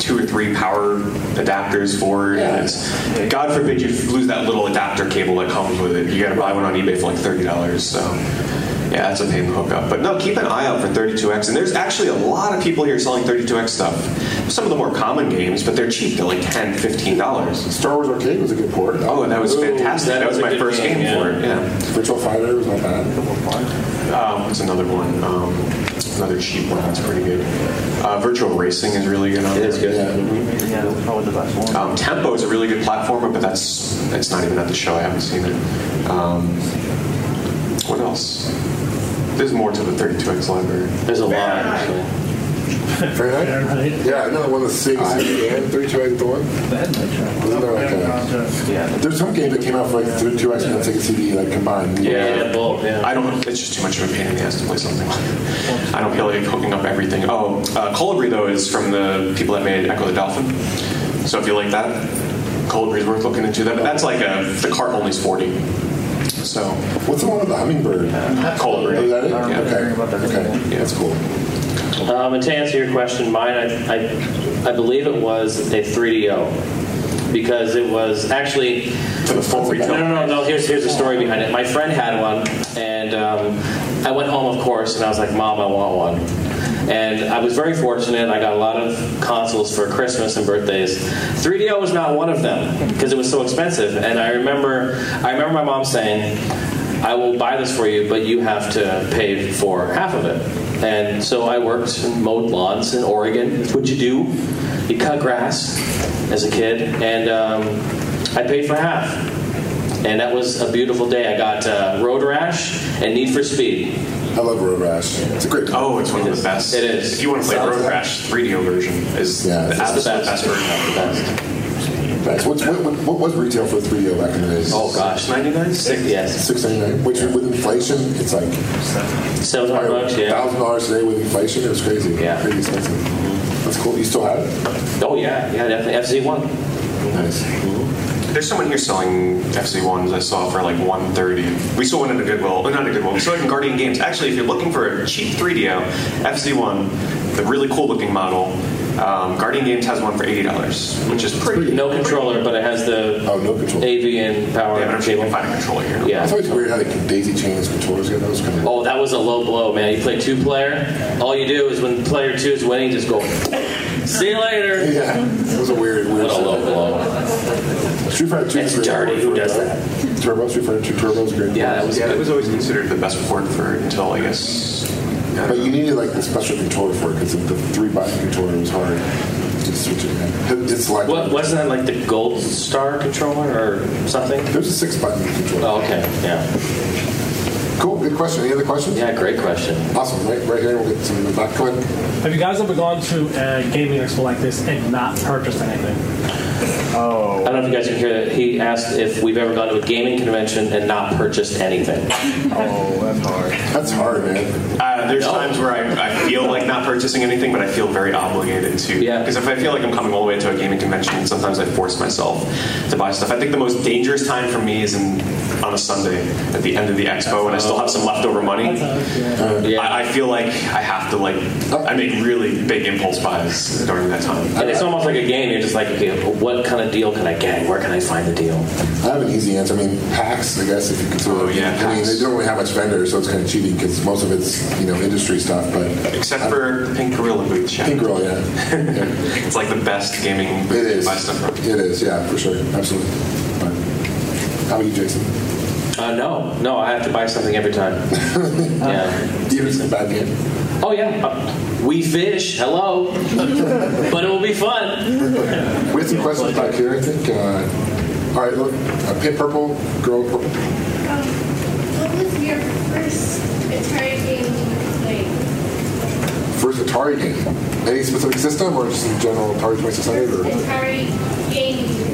S1: two or three power adapters for it. And it's, God forbid you lose that little adapter cable that comes with it. You got to buy one on eBay for like thirty dollars. So. Yeah, that's a pain to hook up. But no, keep an eye out for 32X. And there's actually a lot of people here selling 32X stuff. Some of the more common games, but they're cheap. They're like $10, $15.
S3: Star Wars Arcade was a good port.
S1: Oh, and that was fantastic. That,
S2: that was
S1: was,
S2: a
S1: my
S2: good
S1: first game,
S2: game, yeah.
S1: for it. Yeah.
S3: Virtual Fighter was not bad.
S1: Um, it's another one. Um, another cheap one. That's pretty good. Uh, virtual racing is really good. On it
S2: is good.
S3: Yeah.
S7: yeah, that was probably the best one.
S1: Um, Tempo is a really good platformer, but that's it's not even at the show. I haven't seen it. Um, what else? There's more to the 32x library.
S2: There's a lot, actually.
S3: Fahrenheit? Yeah, no, one of the six
S2: Uh,
S3: and three two eight the one. Wasn't there like a, there's some game that came out for like three two X and six CD like combined.
S2: Yeah, both, yeah.
S1: I don't. It's just too much of a pain in the ass to play something. I don't feel like hooking up everything. Oh, uh, Colibri though is from the people that made Echo the Dolphin. So if you like that, Colibri's worth looking into. That, but that's like a the cart only's forty. So
S3: What's the one with the hummingbird?
S1: Colibri.
S3: Is that it?
S1: Yeah.
S3: Okay. Okay. Yeah, that's cool.
S2: Um, and to answer your question, mine, I, I, I believe it was a 3DO because it was actually.
S3: For the full
S2: No, no, no, no. Here's here's the story behind it. My friend had one, and um, I went home, of course, and I was like, "Mom, I want one." And I was very fortunate. I got a lot of consoles for Christmas and birthdays. 3DO was not one of them because it was so expensive. And I remember, I remember my mom saying, "I will buy this for you, but you have to pay for half of it." And so I worked and mowed lawns in Oregon. That's what you do. You cut grass as a kid, and um, I paid for half and that was a beautiful day. I got uh, Road Rash and Need for Speed.
S3: I love Road Rash. It's a great.
S2: Um,
S1: Oh, it's one of
S2: is.
S1: the best.
S2: It is.
S1: If you want to play
S3: Sounds
S1: Road
S3: like-
S1: Crash 3DO version, is
S3: Yeah,
S1: the
S3: it's the
S1: absolute
S2: best.
S1: best version.
S2: The best.
S3: Thanks. What's, what, what, what was retail for three O back in the days?
S2: Oh gosh,
S1: Ninety nine.
S2: Six, yes,
S3: Six ninety nine. Which with inflation, it's like
S2: seven hundred bucks. Yeah.
S3: thousand dollars today with inflation. It was crazy.
S2: Yeah.
S3: Pretty expensive. That's cool. You still have it?
S2: Oh yeah, yeah, definitely. FC one. Mm-hmm.
S3: Nice.
S1: There's someone here selling FC ones I saw for like 130. We sold one at a Goodwill, uh, not a Goodwill. We sold it in Guardian Games. Actually, if you're looking for a cheap 3DO, FC one, the really cool looking model. Um, Guardian Games has one for eighty dollars, which is pretty.
S2: No controller, but it has the
S3: Oh, no control.
S2: AV and power
S1: Yeah, but I'm sure you can
S2: cable.
S1: find a controller here.
S2: Yeah.
S3: It's always weird how they can daisy chain those controllers. together. That was kind of
S2: Oh, that was a low blow, man. You play two player. All you do is when player two is winning, just go. See you later.
S3: Yeah, it was a weird, weird.
S2: What a low
S3: setup.
S2: blow.
S3: Street Fighter Two.
S2: It's
S3: is great.
S2: dirty. Who does that?
S3: Turbo Street Fighter Two. Turbo is great.
S2: Yeah, that was
S1: Yeah, it
S2: good.
S1: was always considered the best port for until I guess. I
S3: But
S1: don't know.
S3: you needed like the special controller for it because the three button controller was hard to switch it. in. It- It's like
S2: What wasn't that like the gold star controller or something?
S3: there's a six button controller.
S2: Oh, okay. Yeah.
S3: Cool. Good question. Any other questions?
S2: Oh. Yeah. Great question.
S3: Awesome. Right, right here. We'll get some in the back. Go ahead.
S9: Have you guys ever gone to a gaming expo like this and not purchased anything?
S2: I don't know if you guys can hear that. He asked if we've ever gone to a gaming convention and not purchased anything.
S5: Oh, that's hard.
S3: That's hard, man.
S1: Uh, there's
S2: No.
S1: times where I, I feel like not purchasing anything, but I feel very obligated to.
S2: Yeah.
S1: Because if I feel like I'm coming all the way to a gaming convention, sometimes I force myself to buy stuff. I think the most dangerous time for me is in, on a Sunday at the end of the expo when I still have some leftover money.
S2: Yeah.
S1: I, I feel like I have to like I make really big impulse buys during that time.
S2: And it's almost like a game. You're just like, okay, what kind of deal can I get? Where can I find the deal?
S3: I have an easy answer. I mean, PAX, I guess, if you consider.
S1: Oh, yeah,
S3: I mean,
S1: PAX.
S3: they don't really have much vendors, so it's kind of cheating because most of it's you know industry stuff. But
S1: Except for Pink Gorilla Boot Shop.
S3: Pink Girl, yeah,
S1: It's like the best gaming
S3: it is.
S1: buy stuff from.
S3: It is. Yeah, for sure. Absolutely. But how about you, Jason?
S2: Uh, no, no, I have to buy something every time. yeah.
S3: Even if it's a bad game.
S2: Oh yeah. Uh, we fish. Hello. but it will be fun.
S3: We had some questions back here, I think. Uh, all right, look, uh, pink purple, girl purple.
S8: Um, what was your first Atari game you played?
S3: First Atari game. Any specific system or just in general Atari 2600? Or
S8: Atari game you played?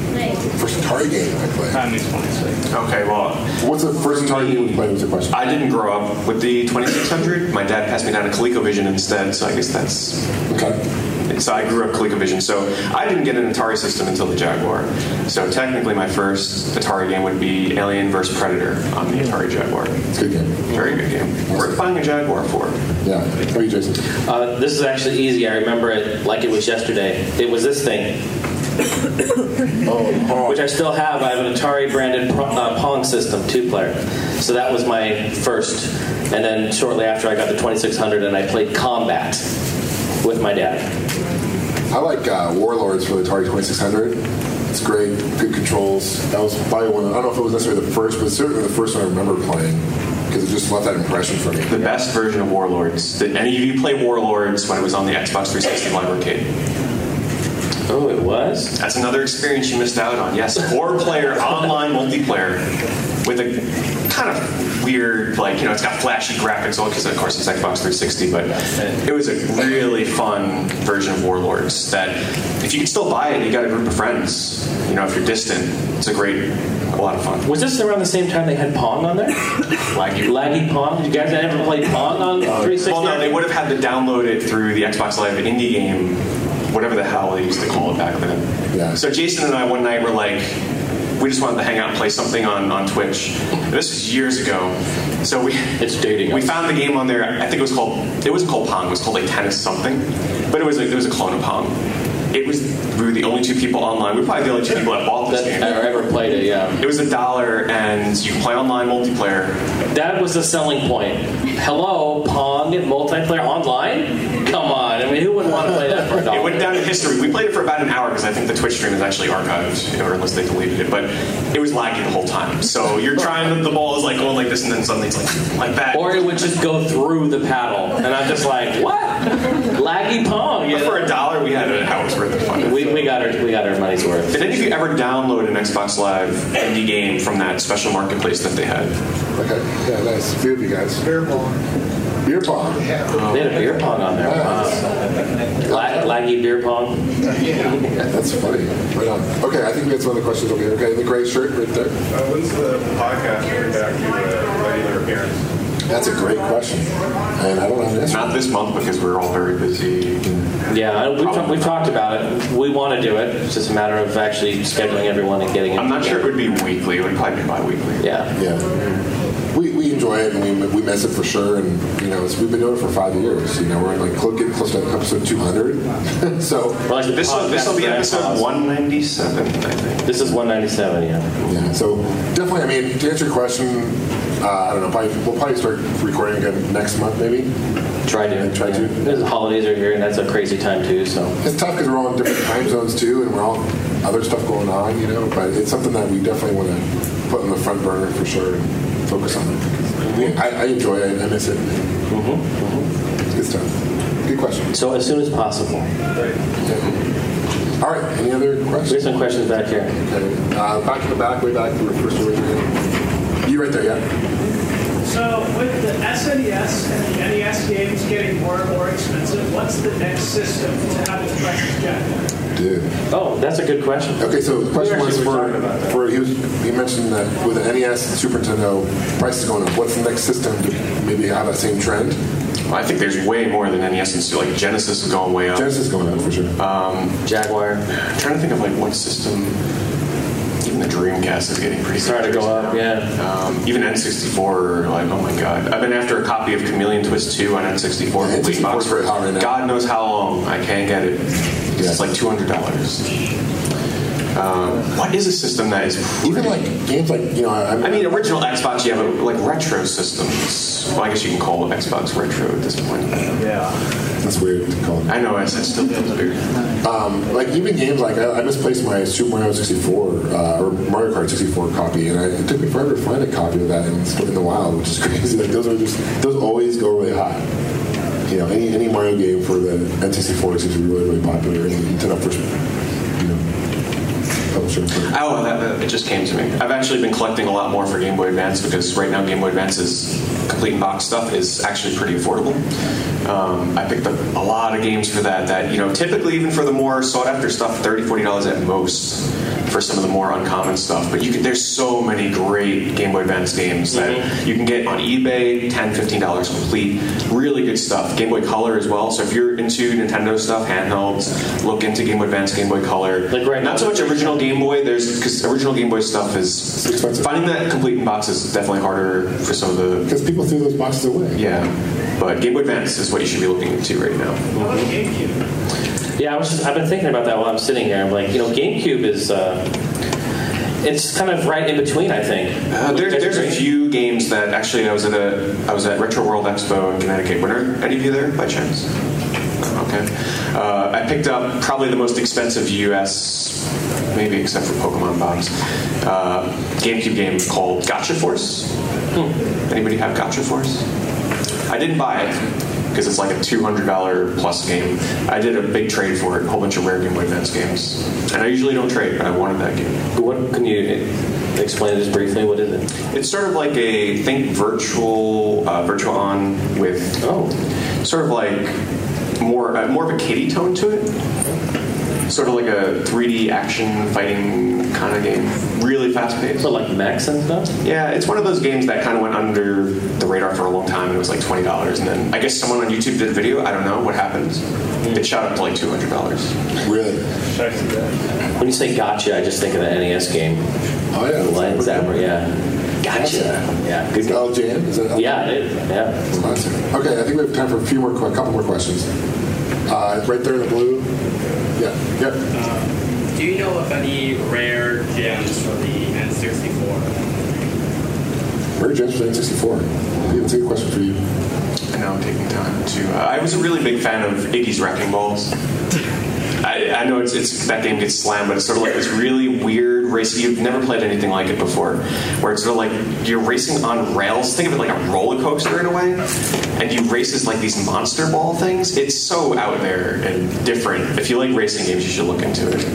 S3: first Atari game I played.
S5: Time is 26.
S1: Okay, well,
S3: What's the first Atari game you played was the question?
S1: I didn't grow up with the 2600. My dad passed me down a ColecoVision instead, so I guess that's
S3: Okay.
S1: So I grew up ColecoVision. So I didn't get an Atari system until the Jaguar. So technically, my first Atari game would be Alien vs Predator on the Atari Jaguar.
S3: It's a good game.
S1: Very good game. Worth buying a Jaguar for.
S3: Yeah. How about you, Jason?
S2: Uh, this is actually easy. I remember it like it was yesterday. It was this thing,
S3: Oh,
S2: which I still have. I have an Atari branded pro- uh, Pong system, two player. So that was my first. And then shortly after, I got the 2600 and I played Combat with my dad.
S3: I like uh, Warlords for the Atari 2600. It's great, good controls. That was probably one. I don't know if it was necessarily the first, but certainly the first one I remember playing because it just left that impression for me.
S1: The best version of Warlords. Did any of you play Warlords when it was on the Xbox 360 Live Arcade?
S2: Oh, it was?
S1: That's another experience you missed out on. Yes, four-player online multiplayer with a kind of weird, like you know, it's got flashy graphics, all because of course it's Xbox 360. But it was a really fun version of Warlords. That if you can still buy it, you got a group of friends. You know, if you're distant, it's a great, a lot of fun.
S2: Was this around the same time they had Pong on there?
S1: Laggy.
S2: Laggy Pong? Did you guys ever play Pong on 360?
S1: Well, no, they would have had to download it through the Xbox Live indie game, whatever the hell they used to call it back then.
S3: Yeah.
S1: So Jason and I one night were like, we just wanted to hang out and play something on, on Twitch. And This was years ago. So we
S2: It's dating
S1: we
S2: us.
S1: found the game on there. I think it was called it wasn't called Pong. It was called like tennis something, but it was like, it was a clone of Pong. It was we were the only two people online. We were probably the only two people that bought this
S2: That
S1: game.
S2: ever, ever played um, it, yeah.
S1: It was a dollar, and you can play online multiplayer.
S2: That was the selling point. Hello, Pong multiplayer online? Come on. I mean, who wouldn't want to play that for a dollar?
S1: It went down in history. We played it for about an hour because I think the Twitch stream is actually archived, you know, or unless they deleted it. But it was laggy the whole time. So you're trying, the ball is like going like this, and then suddenly it's like like that.
S2: Or it would just go through the paddle. And I'm just like, what? Laggy Pong.
S1: But
S2: You
S1: for
S2: know?
S1: a dollar, we had an hour's worth of fun.
S2: we, we, got our, we got our money's worth.
S1: Did any of you ever download an Xbox Live indie game from that special marketplace that they had?
S3: Okay. Yeah, nice. A few of you guys.
S6: Beer pong.
S3: Beer pong. Ah,
S2: They had a beer pong on there. Wow. La- laggy beer pong.
S3: That's funny. Right on. Okay, I think we had some other questions over here. Okay, the gray shirt right there.
S4: Uh, when's the podcast going back to the regular appearance?
S3: That's a great question. And I don't have an answer.
S1: Not this month because we're all very busy.
S2: Yeah, I- we've, ta- we've talked about it. We want to do it. It's just a matter of actually scheduling everyone and getting it.
S1: I'm not sure it would be weekly. It would probably be bi-weekly.
S2: Yeah.
S3: Yeah. we, we enjoy it and we, we miss it for sure. And you know, it's, we've been doing it for five years. You know, we're in like close, getting close to episode 200. so
S2: We're like the
S1: This will, this will
S2: podcast
S1: be
S2: that
S1: episode
S2: follows.
S1: 197, I think.
S2: This is 197, yeah.
S3: yeah, so definitely. I mean, to answer your question, uh, I don't know. Probably, we'll probably start recording again next month, maybe.
S2: Try to.
S3: Try to.
S2: Yeah. The holidays are here, and that's a crazy time too. So
S3: It's tough because we're all in different time zones too, and we're all other stuff going on, you know. But it's something that we definitely want to put on the front burner for sure and focus on it. We, I, I enjoy it. I miss it. Mm-hmm. It's good stuff. Good question.
S2: so as soon as possible.
S3: Yeah. All right. Any other
S2: We have
S3: questions?
S2: some questions back here.
S3: Okay. Uh, back to the back, way back. You were first to raise your hand. You right there, yeah.
S10: So with the SNES and the NES games getting more and more expensive, what's the next system to have the prices jacked?
S3: Dude.
S2: Oh, that's a good question.
S3: Okay, so the question
S2: We
S3: was
S2: actually were
S3: for,
S2: talking about that.
S3: for he, was, he mentioned that with the NES and Super Nintendo, prices going up. What's the next system to maybe have that same trend?
S1: I think there's way more than NES and Super- like Genesis is going way up.
S3: Genesis is going up for sure.
S2: Jaguar
S1: I'm trying to think of like what system. Even the Dreamcast is getting pretty
S2: started to go up. Yeah.
S1: Um, even N64, like, oh my god. I've been after a copy of Chameleon Twist 2 on N64
S3: Yeah,
S1: complete
S3: N64
S1: box
S3: is very
S1: for
S3: hot right now.
S1: God knows how long. I can't get it.
S3: Yeah.
S1: It's like $200. Um, what is a system that is
S3: Even like games like you know, I,
S1: I mean, original Xbox, you have like retro systems. Well, I guess you can call it Xbox retro at this point.
S5: Yeah.
S3: that's weird to call. It.
S1: I know, I said still feels weird.
S3: Like even games like I, I misplaced my Super Mario 64 uh, or Mario Kart 64 copy, and I, it took me forever to find a copy of that in, in the wild, which is crazy. Like those are just those always go really hot. You know, any any Mario game for the N64 is usually really really popular and Nintendo first, you know, publisher. But
S1: Oh, that, that, it just came to me. I've actually been collecting a lot more for Game Boy Advance because right now Game Boy Advance's complete in box stuff is actually pretty affordable. Um, I picked up a lot of games for that. That you know, typically even for the more sought after stuff, $30, 40 dollars at most for some of the more uncommon stuff. But you can, there's so many great Game Boy Advance games that you can get on eBay, $10, 15 dollars complete. Really good stuff. Game Boy Color as well. So if you're into Nintendo stuff, handhelds, look into Game Boy Advance, Game Boy Color.
S2: Like right now-
S1: not so much original original Game Boy, there's because original Game Boy stuff is
S3: It's expensive.
S1: Finding that complete in box is definitely harder for some of the
S3: Because people threw those boxes away.
S1: yeah. But Game Boy Advance is what you should be looking into right now.
S10: How about GameCube?
S2: Yeah. I was just. I've been thinking about that while I'm sitting here. I'm like, you know, GameCube is. Uh, it's kind of right in between, I think.
S1: Uh, there,
S2: Would you guys
S1: there's a
S2: agree?
S1: few games that actually I was at a I was at Retro World Expo in Connecticut. Were any of you there by chance? Okay. Uh, I picked up probably the most expensive U.S. maybe except for Pokemon box uh, GameCube game called Gotcha Force. Anybody have Gotcha Force? I didn't buy it because it's like a two hundred dollar plus game. I did a big trade for it, a whole bunch of rare Game Boy Advance games, and I usually don't trade, but I wanted that game.
S2: What can you explain just briefly? What is it?
S1: It's sort of like a think virtual, uh, virtual on with oh, sort of like more uh, more of a kiddie tone to it. Sort of like a 3D action fighting kind of game, really fast paced.
S2: So like mechs and stuff.
S1: Yeah, it's one of those games that kind of went under the radar for a long time, and it was like twenty dollars. And then I guess someone on YouTube did a video. I don't know what happened. It shot up to like two hundred dollars.
S3: Really?
S2: When you say gotcha, I just think of the NES game.
S3: Oh yeah.
S2: Lens Zapper, yeah. Gotcha. Yeah. Good.
S3: Al Jan? Is that Al
S2: Yeah. It, yeah.
S3: Classic. Okay, I think we have time for a few more, a couple more questions. Uh, right there in the blue. Yeah, yeah.
S10: Do you know of any rare gems from the N64?
S3: Mary James for N64. We have a good question for you.
S1: And now I'm taking time to. Uh, I was a really big fan of Iggy's Wrecking Balls. I, I know it's, it's that game gets slammed, but it's sort of like this really weird race. You've never played anything like it before, where it's sort of like you're racing on rails. Think of it like a roller coaster in a way, and you race as like these monster ball things. It's so out there and different. If you like racing games, you should look into it.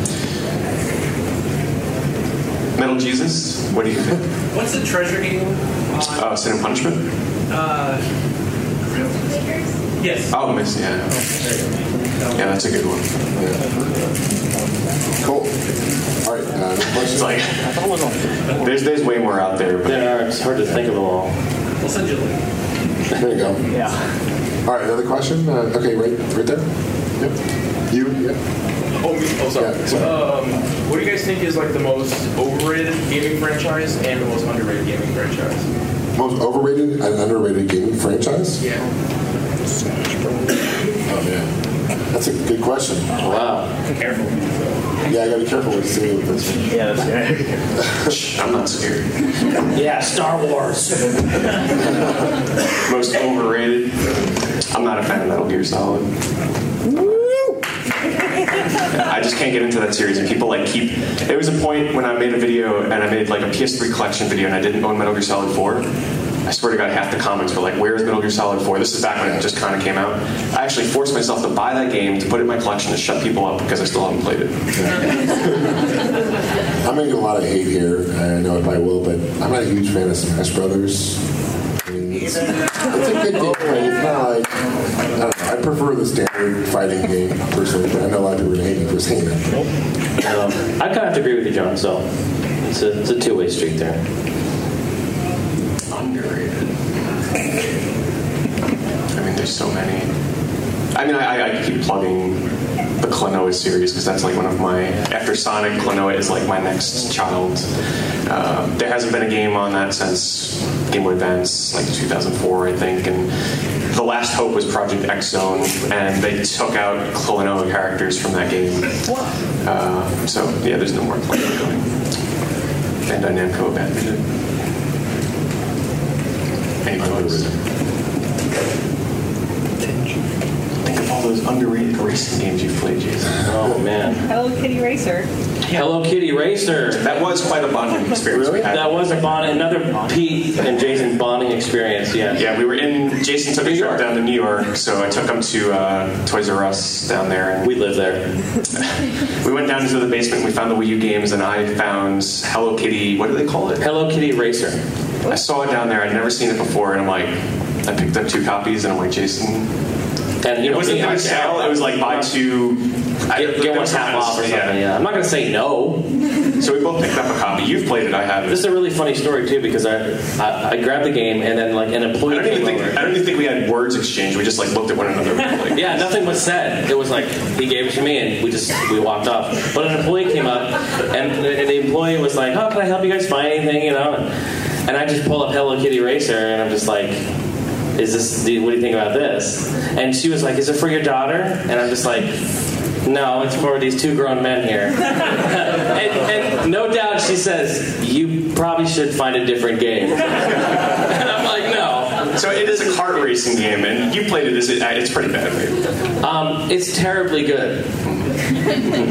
S1: Metal Jesus, what do you think?
S10: What's the treasure game? on-
S1: Oh, Sin and Punishment.
S10: Yes.
S1: Oh, miss, yeah, yeah, that's a good one.
S3: Cool. All right, uh, next question.
S1: It's like there's there's way more out there, but
S2: There are. It's hard to think of them all.
S10: We'll send you a link.
S3: There you go.
S7: Yeah.
S3: All right, another question. Uh, okay, right, right there. Yep. You. Yeah.
S4: Oh, me- oh sorry.
S3: Yeah, sorry.
S4: Um, what do you guys think is like the most overrated gaming franchise and the most underrated gaming franchise?
S3: most overrated and underrated gaming franchise? Yeah. Oh man, that's a good question.
S2: Wow. Um,
S3: Careful. Yeah, I gotta be careful what you say with this.
S2: Yeah,
S1: I'm not scared.
S2: Yeah, Star Wars.
S1: Most overrated. I'm not a fan of Metal Gear Solid. I just can't get into that series, and people like keep. There was a point when I made a video, and I made like a PS3 collection video, and I didn't own Metal Gear Solid 4. I swear to God, half the comments were like, "Where is Metal Gear Solid 4?" This is back when it just kind of came out. I actually forced myself to buy that game to put it in my collection to shut people up because I still haven't played it.
S3: I'm gonna get a lot of hate here. I know I probably will, but I'm not a huge fan of Smash Brothers. I mean, it's, it's a good game, but it's not like I, don't know, I prefer the standard fighting game personally. But I know a lot of people are gonna hate me for saying that.
S2: Um, I kind of have to agree with you, John. So it's a, it's a two-way street there.
S1: Underrated. I mean, there's so many. I mean, I, I- I keep plugging the Klonoa series because that's like one of my. After Sonic, Klonoa is like my next child. Uh, there hasn't been a game on that since Game Boy Advance, like 2004, I think. And the last hope was Project X Zone, and they took out Klonoa characters from that game. Uh, so yeah, there's no more Klonoa going. Bandai Namco abandoned it. Any others? Think of all those underrated racing games you've played, Jason.
S2: Oh man.
S11: Hello Kitty Racer.
S2: Hello Kitty Racer. That
S1: was quite a bonding experience. We had.
S2: That was a bond, another Pete and Jason bonding experience. Yeah.
S1: Yeah, we were in. Jason took a trip down to New York, so I took him to uh, Toys R Us down there, and
S2: we lived there.
S1: we went down into the basement. We found the Wii U games, and I found Hello Kitty. What do they call it?
S2: Hello Kitty Racer.
S1: I saw it down there. I'd never seen it before, and I'm like, I picked up two copies, and I'm like, Jason.
S2: And you
S1: it
S2: know,
S1: wasn't
S2: me,
S1: through
S2: I-
S1: a sale. It was like buy two. I,
S2: Get one half off or something. Yeah. I'm not gonna say no.
S1: So we both picked up a copy. You've played it. I haven't.
S2: This is a really funny story too because I I, I grabbed the game and then like an employee.
S1: I don't
S2: came
S1: even think
S2: over.
S1: I don't even think we had words exchanged. We just like looked at one another. Like,
S2: Yeah, nothing was said. It was like he gave it to me, and we just we walked off. But an employee came up, and the, and the employee was like, "Oh, can I help you guys find anything?" You know, and, and I just pull up Hello Kitty Racer, and I'm just like, "Is this? do- What do you think about this?" And she was like, "Is it for your daughter?" And I'm just like. No, it's for these two grown men here. and, and no doubt she says, You probably should find a different game. and I'm like, No.
S1: So it is a cart racing game, and you played it. Is it? It's pretty bad.
S2: Um, it's terribly good.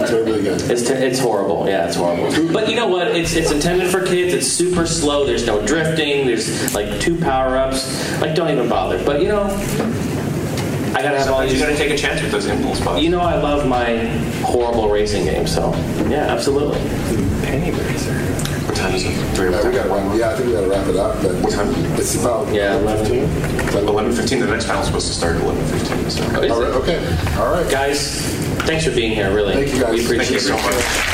S3: terribly good.
S2: It's, ter- it's horrible. Yeah, it's horrible. But you know what? It's it's intended for kids. It's super slow. There's no drifting. There's like two power ups. Like don't even bother. But you know, I gotta have all these.
S1: You gotta take a chance with those impulse buttons.
S2: You know, I love my horrible racing game. So yeah, absolutely. Penny racer.
S1: What time is it?
S3: Yeah, we gotta run. Yeah, I think we gotta wrap it up. But what time? It's about
S2: yeah, eleven fifteen.
S1: Eleven fifteen. The next panel's supposed to start at eleven fifteen. So.
S3: Okay. All right,
S2: guys. Thanks for being here. Really,
S3: Thank you guys.
S2: we appreciate
S3: Thank you
S2: it.
S3: so much.